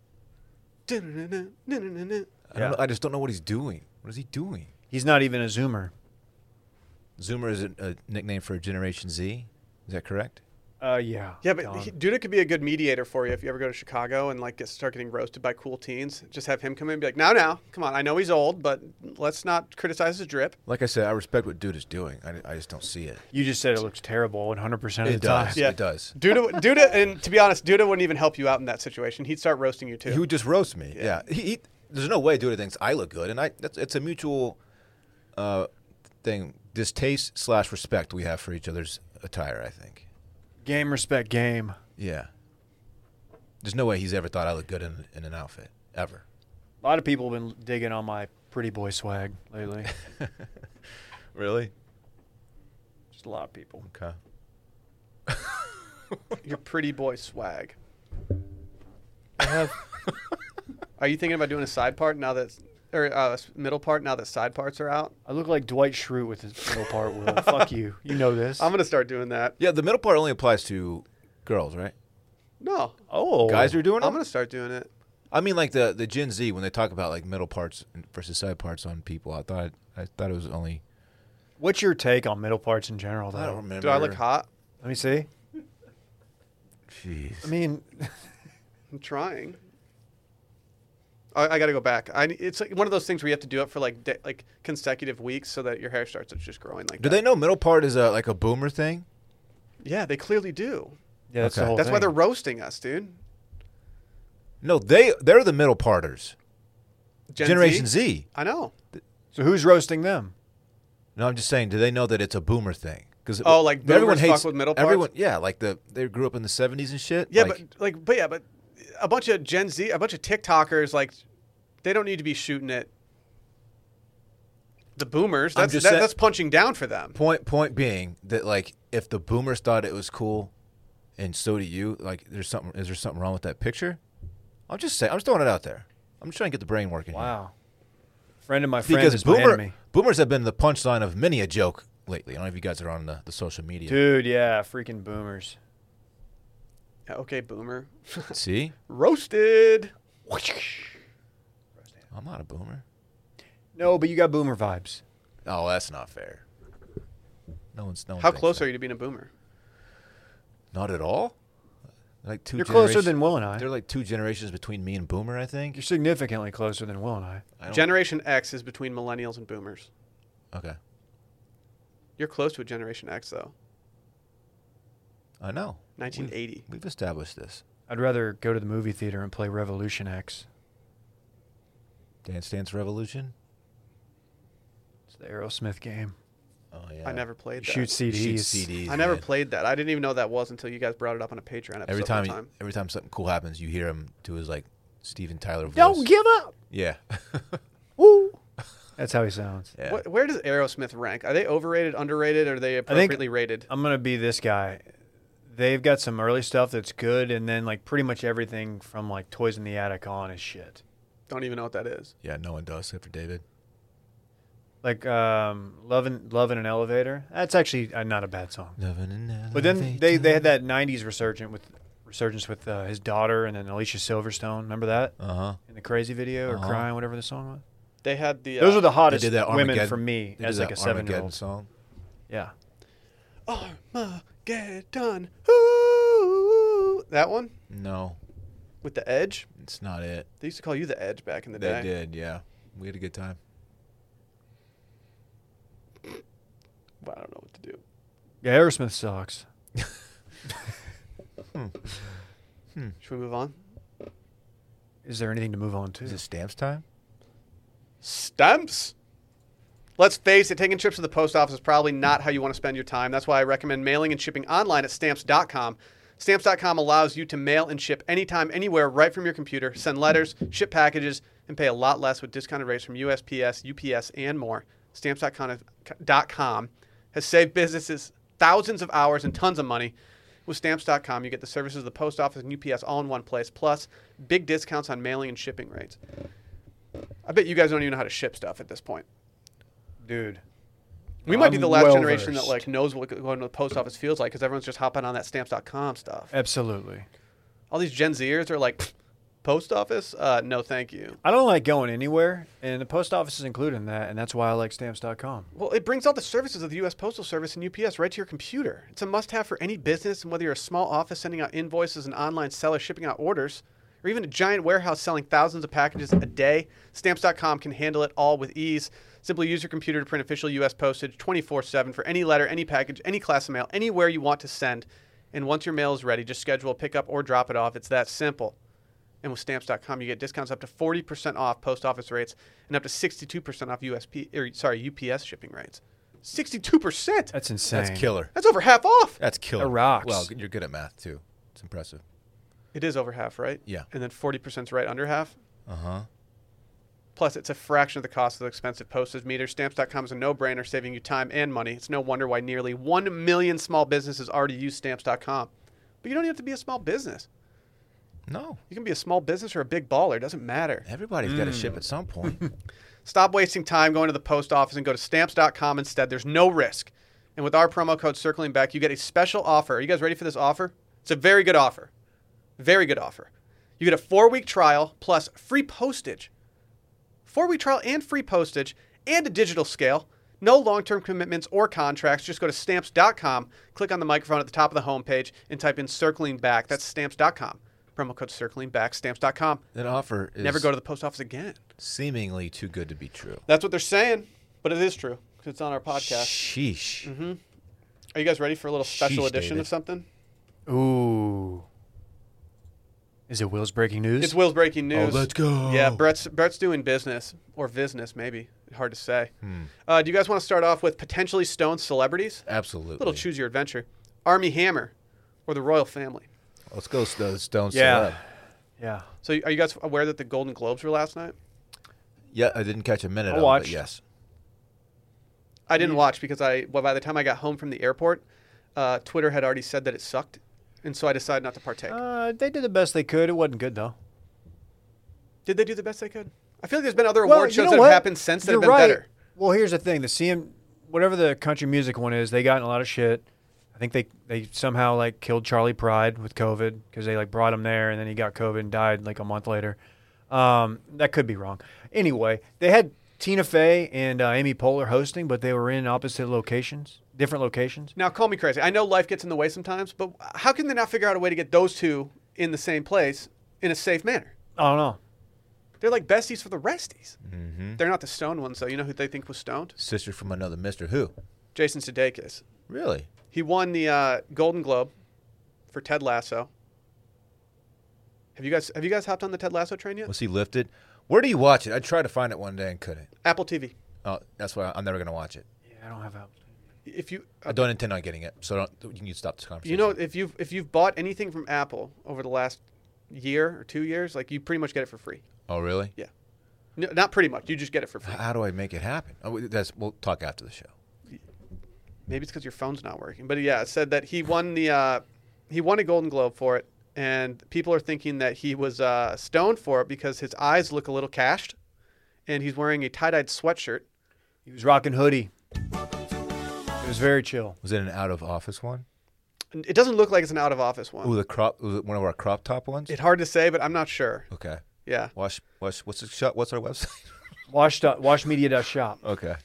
Dun-dun-dun-dun, dun-dun-dun-dun. I, don't Yeah. know, I just don't know what he's doing. What is he doing? He's not even a Zoomer. Zoomer is a, a nickname for Generation Z. Is that correct? Uh, yeah. Yeah, but Don. he, Duda could be a good mediator for you if you ever go to Chicago and like get, start getting roasted by cool teens. Just have him come in and be like, "Now, now, come on! I know he's old, but let's not criticize his drip." Like I said, I respect what dude is doing. I, I just don't see it. you just said it looks terrible 100% of the It time. does. Yeah. It does. Duda, Duda, and to be honest, Duda wouldn't even help you out in that situation. He'd start roasting you too. He would just roast me. Yeah. He, he, there's no way Duda thinks I look good, and I. That's, it's a mutual uh, thing, distaste slash respect we have for each other's attire. I think. Game respect game. Yeah. There's no way he's ever thought I look good in, in an outfit ever. A lot of people have been digging on my pretty boy swag lately. Really? just a lot of people. Okay. Your pretty boy swag. Are you thinking about doing a side part now that, or uh, middle part now that side parts are out? I look like Dwight Schrute with his middle part. Will. Fuck you. You know this. I'm gonna start doing that. Yeah, the middle part only applies to girls, right? No, oh. Guys are doing I'm them. gonna start doing it. I mean, like the the Gen Z when they talk about like middle parts versus side parts on people. I thought I thought it was only. What's your take on middle parts in general, though? remember. Do I look hot? Let me see. Jeez. I mean, I'm trying. I, I got to go back. I, it's like one of those things where you have to do it for like de- like consecutive weeks so that your hair starts just growing like Do that. they know middle part is a like a boomer thing? Yeah, they clearly do. yeah, that's the Okay. whole That's why thing. they're roasting us, dude. No, they they're the middle parters. Gen Generation Z. I know. So who's roasting them? No, I'm just saying. Do they know that it's a boomer thing? Because Oh, like boomers fuck with middle parts? Everyone, yeah, like the they grew up in the '70s and shit. Yeah, like, but like, but yeah, but a bunch of Gen Z, a bunch of TikTokers, like, they don't need to be shooting at the boomers. I'm That's just that, saying- that's punching down for them. point point being that like if the boomers thought it was cool, and so do you, like there's something is there something wrong with that picture? I'm just saying. I'm just throwing it out there. I'm just trying to get the brain working. here. Wow. Friend of my friend Because is my boomer, enemy. boomers have been the punchline of many a joke lately. I don't know if you guys are on the, the social media. Dude, yeah, freaking boomers. Okay, boomer, See, roasted. I'm not a boomer. No, but you got boomer vibes. Oh, that's not fair. No one's no. One How thinks close that. are you to being a boomer? Not at all. Like two. You're closer generations- than Will and I. They're like two generations between me and Boomer, I You're think. significantly closer than Will and I. I don't- Generation X is between millennials and boomers. okay, You're close to a Generation X though. I know. 1980. We've established this. I'd rather go to the movie theater and play Revolution X. Dance Dance Revolution. It's the Aerosmith game. Oh yeah. I never played You that. shoot You CDs. shoot CDs. I never man. played that. I didn't even know that was until you guys brought it up on a Patreon episode. Every time, one time. every time something cool happens, you hear him do his like Steven Tyler voice. Don't give up. Yeah. Woo. That's how he sounds. yeah. What, where does Aerosmith rank? Are they overrated, underrated, or are they think- appropriately rated? I'm gonna be this guy. They've got some early stuff that's good, and then like pretty much everything from like Toys in the Attic on is shit. Don't even know what that is. Yeah. No one does except for David. Like um, "Love in Love in an Elevator." That's actually uh, not a bad song. Loving an But then they, they had that '90s resurgent with resurgence with uh, his daughter and then Alicia Silverstone. Remember that Uh huh. in the Crazy video or Uh-huh. Crying, whatever the song was. They had the. Those uh, are the They hottest did that Armageddon. women for me they as did like that a seven-year-old. Armageddon song. Yeah, uh, Armageddon. Ooh, that one No, with the edge. it's not it. They used to call you the edge back in the They day. did. Yeah. We had a good time. Well, I don't know what to do. yeah. Aerosmith sucks. Should we move on? Is there anything to move on to? Is it stamps time? Stamps. Let's face it, taking trips to the post office is probably not how you want to spend your time. That's why I recommend mailing and shipping online at stamps.com. Stamps.com allows you to mail and ship anytime, anywhere, right from your computer, send letters, ship packages, and pay a lot less with discounted rates from USPS, UPS, and more. Stamps.com has saved businesses thousands of hours and tons of money. With stamps.com, you get the services of the post office and UPS all in one place, plus big discounts on mailing and shipping rates. I bet you guys don't even know how to ship stuff at this point. dude? We might be I'm the last well generation that versed. like knows what going to the post office feels like because everyone's just hopping on that stamps.com stuff. Absolutely. All these Gen Zers are like, post office? Uh, no, thank you. I don't like going anywhere, and the post office is included in that, and that's why I like stamps.com. Well, it brings all the services of the U.S. Postal Service and UPS right to your computer. It's a must-have for any business, and whether you're a small office sending out invoices, an online seller shipping out orders, or even a giant warehouse selling thousands of packages a day, Stamps.com can handle it all with ease. Simply use your computer to print official U.S. postage 24/7 for any letter, any package, any class of mail, anywhere you want to send. And once your mail is ready, just schedule a pickup or drop it off. It's that simple. And with stamps.com, you get discounts up to 40% off post office rates and up to 62% off USP, or, sorry, UPS shipping rates. 62%? That's insane. That's killer. That's over half off. That's killer. That rocks. Well, you're good at math too. It's impressive. It is over half, right? Yeah. And then 40% is right under half. Uh huh. Plus, it's a fraction of the cost of the expensive postage meter. Stamps.com is a no brainer, saving you time and money. It's no wonder why nearly 1 million small businesses already use stamps.com. But you don't even have to be a small business. No, You can be a small business or a big baller. It doesn't matter. everybody's got to Mm. ship at some point. Stop wasting time going to the post office and go to stamps.com instead. There's no risk. And with our promo code circling back, you get a special offer. Are you guys ready for this offer? It's a very good offer. Very good offer. You get a four week trial plus free postage. Four week trial and free postage and a digital scale. No long term commitments or contracts. Just go to stamps.com, click on the microphone at the top of the homepage, and type in circling back. That's stamps.com. Promo code circling back, stamps.com. that offer is Never go to the post office again. seemingly too good to be true. That's what they're saying, but it is true 'cause it's on our podcast. Mm-hmm. Sheesh. Are you guys ready for a little special Sheesh, edition David. of something? Ooh. Is Is it Will's breaking news? It's Will's breaking news. Oh, let's go. Yeah, Brett's Brett's doing business or business maybe. Hard to say. Hmm. Uh, do you guys want to start off with potentially stoned celebrities? Absolutely. little choose your adventure. Army Hammer or the royal family. Let's go, Stone. Stone Yeah. Celeb. yeah. So are you guys aware that the Golden Globes were last night? Yeah, I didn't catch a minute I of it. watched. but Yes. I didn't watch because I well, by the time I got home from the airport, uh, Twitter had already said that it sucked, and so I decided not to partake. Uh, they did the best they could. It wasn't good though. Did they do the best they could? I feel like there's been other Well, award you shows know that what? have happened since that You're have been right. better. Well, here's the thing: the CM, whatever the country music one is, they got in a lot of shit. I think they they somehow like killed Charlie Pride with COVID because they like brought him there and then he got COVID and died like a month later. Um, that could be wrong. Anyway, they had Tina Fey and uh, Amy Poehler hosting, but they were in opposite locations, different locations. Now call me crazy. I know life gets in the way sometimes, but how can they not figure out a way to get those two in the same place in a safe manner? I don't know. They're like besties for the resties. Mm-hmm. They're not the stoned ones, though. You know who they think was stoned? Sister from another Mister Who. Jason Sudeikis. Really? He won the uh, Golden Globe for Ted Lasso. Have you guys have you guys hopped on the Ted Lasso train yet? Was he lifted? Where do you watch it? I tried to find it one day and couldn't. Apple TV. Oh, that's why I'm never gonna watch it. Yeah, I don't have. Apple. If you I don't intend on getting it, so don't, you can stop this conversation. you know if you've if you've bought anything from Apple over the last year or two years, like you pretty much get it for free. Oh, really? Yeah, no, not pretty much. You just get it for free. How do I make it happen? Oh, wait, that's we'll talk after the show. Maybe it's because your phone's not working. But yeah, it said that he won the uh, he won a Golden Globe for it, and people are thinking that he was uh, stoned for it because his eyes look a little cashed, and he's wearing a tie dyed sweatshirt. He was rocking hoodie. It was very chill. Was it an out of office one? And It doesn't look like it's an out of office one. Ooh, the crop was it one of our crop top ones? It's hard to say, but I'm not sure. okay. Yeah. Wash, wash. What's the shop? What's our website? Wash dot- washmedia.shop. okay.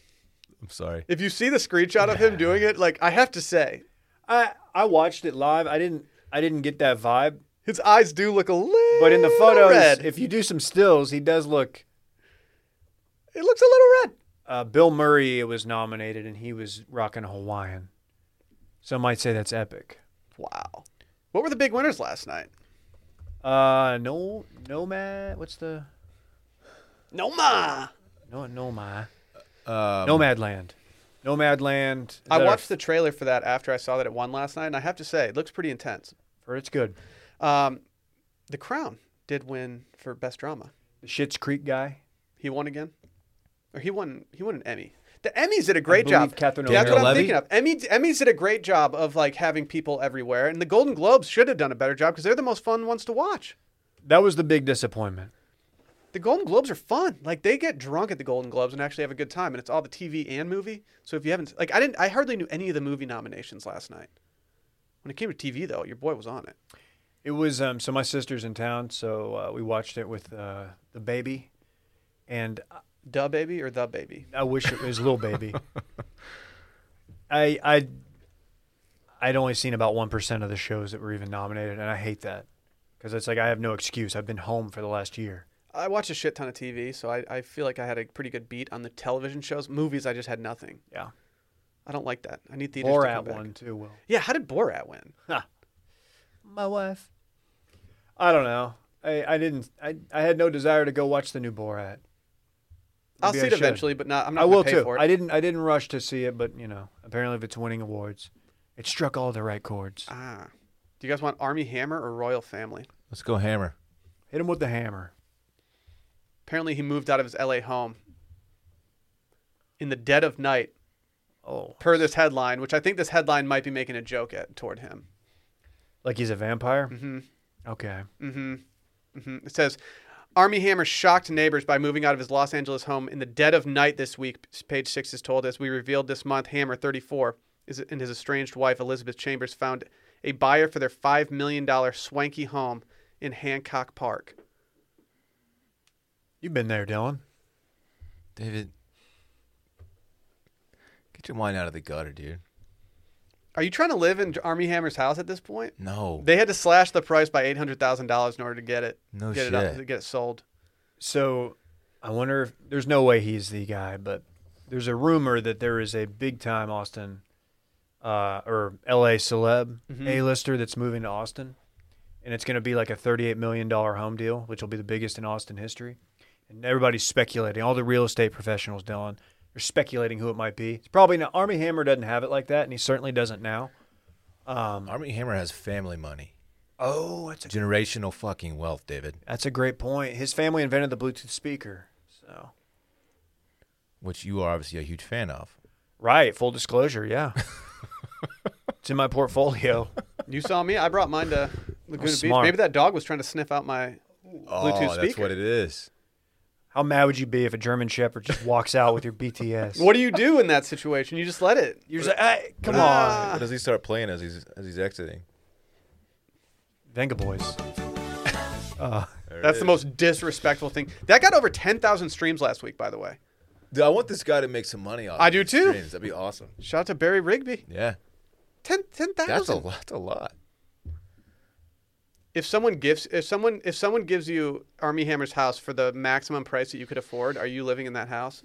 I'm sorry. If you see the screenshot of him doing it, like I have to say, I I watched it live. I didn't I didn't get that vibe. his eyes do look a little. But in the photos, red. if you do some stills, he does look. it looks a little red. Uh, Bill Murray was nominated, and he was rocking a Hawaiian. Some might say that's epic. Wow. What were the big winners last night? Uh, no, nomad. What's the No ma. no nomad? Um, Nomadland. Nomadland. Is I that our- watched the trailer for that after I saw that it won last night, and I have to say, it looks pretty intense. Heard it's good. Um, the Crown did win for best drama. The Shit's Creek guy. He won again, or he won. He won an Emmy. The Emmys did a great job. believe Catherine That's what O'Hara I'm Levy? thinking of. Emmy, Emmys did a great job of like having people everywhere, and the Golden Globes should have done a better job because they're the most fun ones to watch. That was the big disappointment. The Golden Globes are fun. Like they get drunk at the Golden Globes and actually have a good time, and it's all the TV and movie. So if you haven't, like, I didn't, I hardly knew any of the movie nominations last night. When it came to TV, though, your boy was on it. It was um, so my sister's in town, so uh, we watched it with uh, the baby, and Duh, baby or the baby. I wish it was little baby. I I I'd only seen about one percent of the shows that were even nominated, and I hate that because it's like I have no excuse. I've been home for the last year. I watch a shit ton of TV, so I, I feel like I had a pretty good beat on the television shows. Movies, I just had nothing. Yeah, I don't like that. I need theaters or to come at back. one too. Will Yeah, how did Borat win? my wife? I don't know. I, I didn't. I, I had no desire to go watch the new Borat. I'll Maybe see I it should. eventually, but not. I'm not. I gonna will pay too. For it. I didn't. I didn't rush to see it, but you know, apparently, if it's winning awards, it struck all the right chords. Ah. Do you guys want Army Hammer or Royal Family? Let's go hammer. Hit him with the hammer. Apparently, he moved out of his LA home in the dead of night, Oh, per this headline, which I think this headline might be making a joke at toward him. like he's a vampire. Mm-hmm. Okay. hmm It says, Army Hammer shocked neighbors by moving out of his Los Angeles home in the dead of night this week. Page six has told us we revealed this month Hammer, 34, is, and his estranged wife Elizabeth Chambers found a buyer for their five million dollar swanky home in Hancock Park. You've been there, Dylan. David, get your mind out of the gutter, dude. Are you trying to live in Army Hammer's house at this point? No. They had to slash the price by eight hundred thousand dollars in order to get it. No get It up, shit. get it sold. So I wonder if there's no way he's the guy, but there's a rumor that there is a big time Austin uh, or LA celeb A lister that's moving to Austin. and it's going to be like a $38 million home deal, which will be the biggest in Austin history. And everybody's speculating. All the real estate professionals, Dylan, they're speculating who it might be. It's probably not. Army Hammer doesn't have it like that, and he certainly doesn't now. Um, Army Hammer has family money, Oh, that's a, generational fucking wealth, David, that's a great point. His family invented the Bluetooth speaker. So, which you are obviously a huge fan of. right. Full disclosure. Yeah. it's in my portfolio. You saw me. I brought mine to Laguna Beach. smart. Maybe that dog was trying to sniff out my Bluetooth oh, speaker. that's what it is. How mad would you be if a German Shepherd just walks out with your BTS? What do you do in that situation? You just let it. You're just like, "Hey, come on. Ah. What does he start playing as he's as he's exiting? Venga Boys. That's the most disrespectful thing. That got over 10,000 streams last week, by the way. Dude, I want this guy to make some money off. I of do these too. streams. That'd be awesome. Shout out to Barry Rigby. Yeah, 10 10,000. that's a lot. That's a lot. if someone gives if someone if someone gives you Army Hammer's house for the maximum price that you could afford, are you living in that house?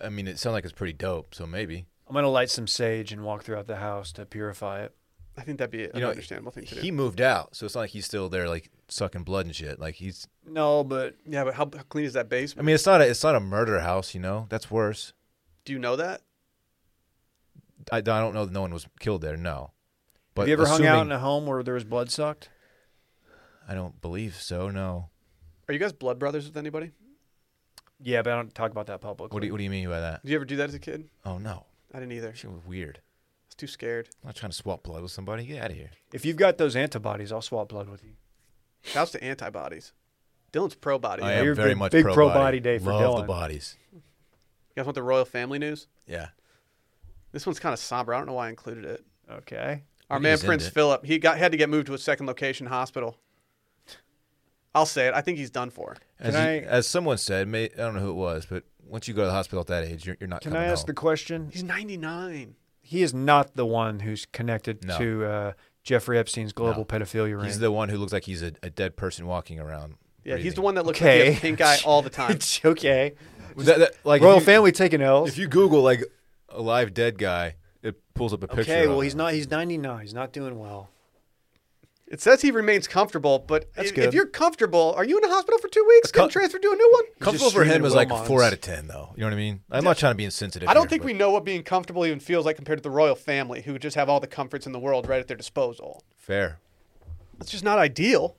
I mean, it sounds like it's pretty dope. So maybe I'm gonna light some sage and walk throughout the house to purify it. I think that'd be an you know, understandable thing to do. He moved out, so it's not like he's still there, like sucking blood and shit. Like he's. No, but yeah, but how, how clean is that I basement? mean, it's not a it's not a murder house. You know, that's worse. do you know that? I, I don't know that no one was killed there. No. But have you ever hung out in assuming- a home where there was blood sucked? I don't believe so. No. Are you guys blood brothers with anybody? Yeah, but I don't talk about that publicly. What do you, What do you mean by that? Did you ever do that as a kid? Oh no, I didn't either. I shit was weird. was too scared. I'm not trying to swap blood with somebody. Get out of here. if you've got those antibodies, I'll swap blood with you. Shouts to antibodies. Dylan's pro body. I You am you're very big- much big pro, pro body. body day for Love Dylan. the bodies. guys want the royal family news? Yeah. This one's kind of somber. I don't know why I included it. Okay. Our We can man just end Prince it. Philip, he got had to get moved to a second location hospital. I'll say it. I think he's done for. As, Can you- I- as someone said, may, I don't know who it was, but once you go to the hospital at that age, you're, you're not. Can I coming ask home. the question? He's 99. He is not the one who's connected No. to uh, Jeffrey Epstein's global pedophilia ring. He's the one who looks like he's a, a dead person walking around. Yeah, he's the breathing. one that looks like he Okay. has pink eye all the time. It's okay. That- that- like, if Royal you- family taking L's. If you Google like a live dead guy, it pulls up a picture. okay. Well, of he's him. not. He's 99. He's not doing well. It says he remains comfortable, but That's if, if good. you're comfortable, are you in a hospital for two weeks? Come co- transfer to a new one. comfortable just for screaming him at is like Wilmots. four out of ten, though. You know what I mean? I'm not trying to be insensitive. I don't here, think but we know what being comfortable even feels like compared to the royal family, who just have all the comforts in the world right at their disposal. fair. It's just not ideal.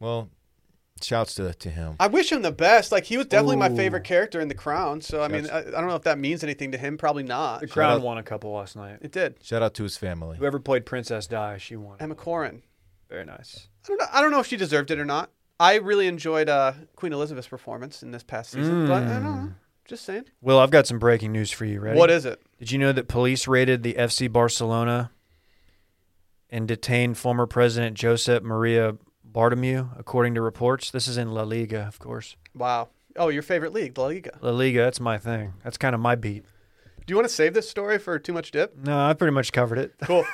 Well, shouts to to him. I wish him the best. Like he was definitely my Ooh. favorite character in The Crown. So I mean, I, I don't know if that means anything to him. Probably not. The Crown out- won a couple last night. It did. Shout out to his family. Whoever played Princess Di, she won. Emma Corrin. Very nice. I don't know. I don't know if she deserved it or not. I really enjoyed uh, Queen Elizabeth's performance in this past season, but I don't know. Just saying. Will, I've got some breaking news for you. Ready? What is it? Did you know that police raided the FC Barcelona and detained former president Josep Maria Bartomeu, according to reports? This is in La Liga, of course. Wow. Oh, your favorite league, La Liga. La Liga, that's my thing. That's kind of my beat. Do you want to save this story for too much dip? No, I pretty much covered it. Cool.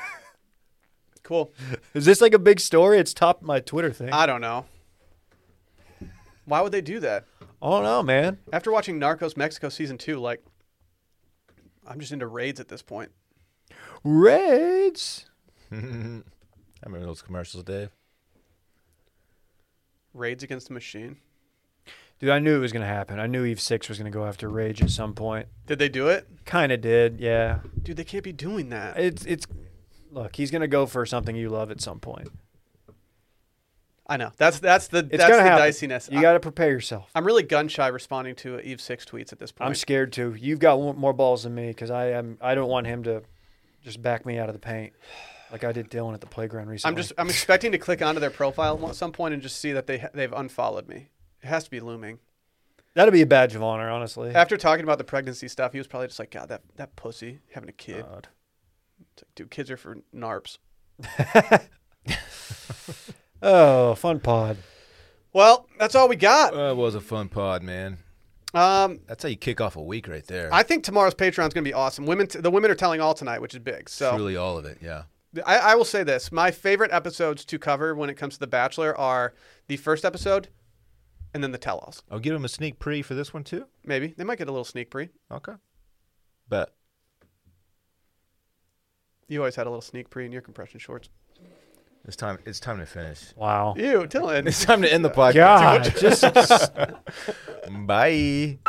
cool. Is this like a big story? It's topped my Twitter thing. I I don't know. Why would they do that? don't know, man. After watching Narcos Mexico season two, like, I'm just into raids at this point. Raids. I remember those commercials, Dave. Raids against the machine. Dude, I knew it was going to happen. I knew Eve 6 was going to go after Rage at some point. Did they do it? Kind of did, yeah. Dude, they can't be doing that. It's, it's, look, he's going to go for something you love at some point. I know. That's that's the It's that's the gonna happen. diciness. You I- got to prepare yourself. I'm really gun shy responding to Eve Six tweets at this point. I'm scared too. You've got one- more balls than me because I am. I don't want him to just back me out of the paint like I did Dylan at the playground recently. I'm just I'm expecting to click onto their profile at some point and just see that they ha- they've unfollowed me. It has to be looming. that'd be a badge of honor, honestly. After talking about the pregnancy stuff, he was probably just like, God, that that pussy having a kid. God. It's like, dude, kids are for narps. Oh, fun pod. Well, that's all we got. That was a fun pod, man. Um, That's how you kick off a week right there. I think tomorrow's Patreon's going to be awesome. Women, t- the women are telling all tonight, which is big. So Truly, all of it. Yeah. I, I will say this: my favorite episodes to cover when it comes to The Bachelor are the first episode, and then the tell-alls. I'll give him a sneak pre for this one too. Maybe they might get a little sneak pre. Okay. Bet. You always had a little sneak pre in your compression shorts. It's time. It's time to finish. Wow. Ew, Dylan. It's time to end the podcast. God, just Bye.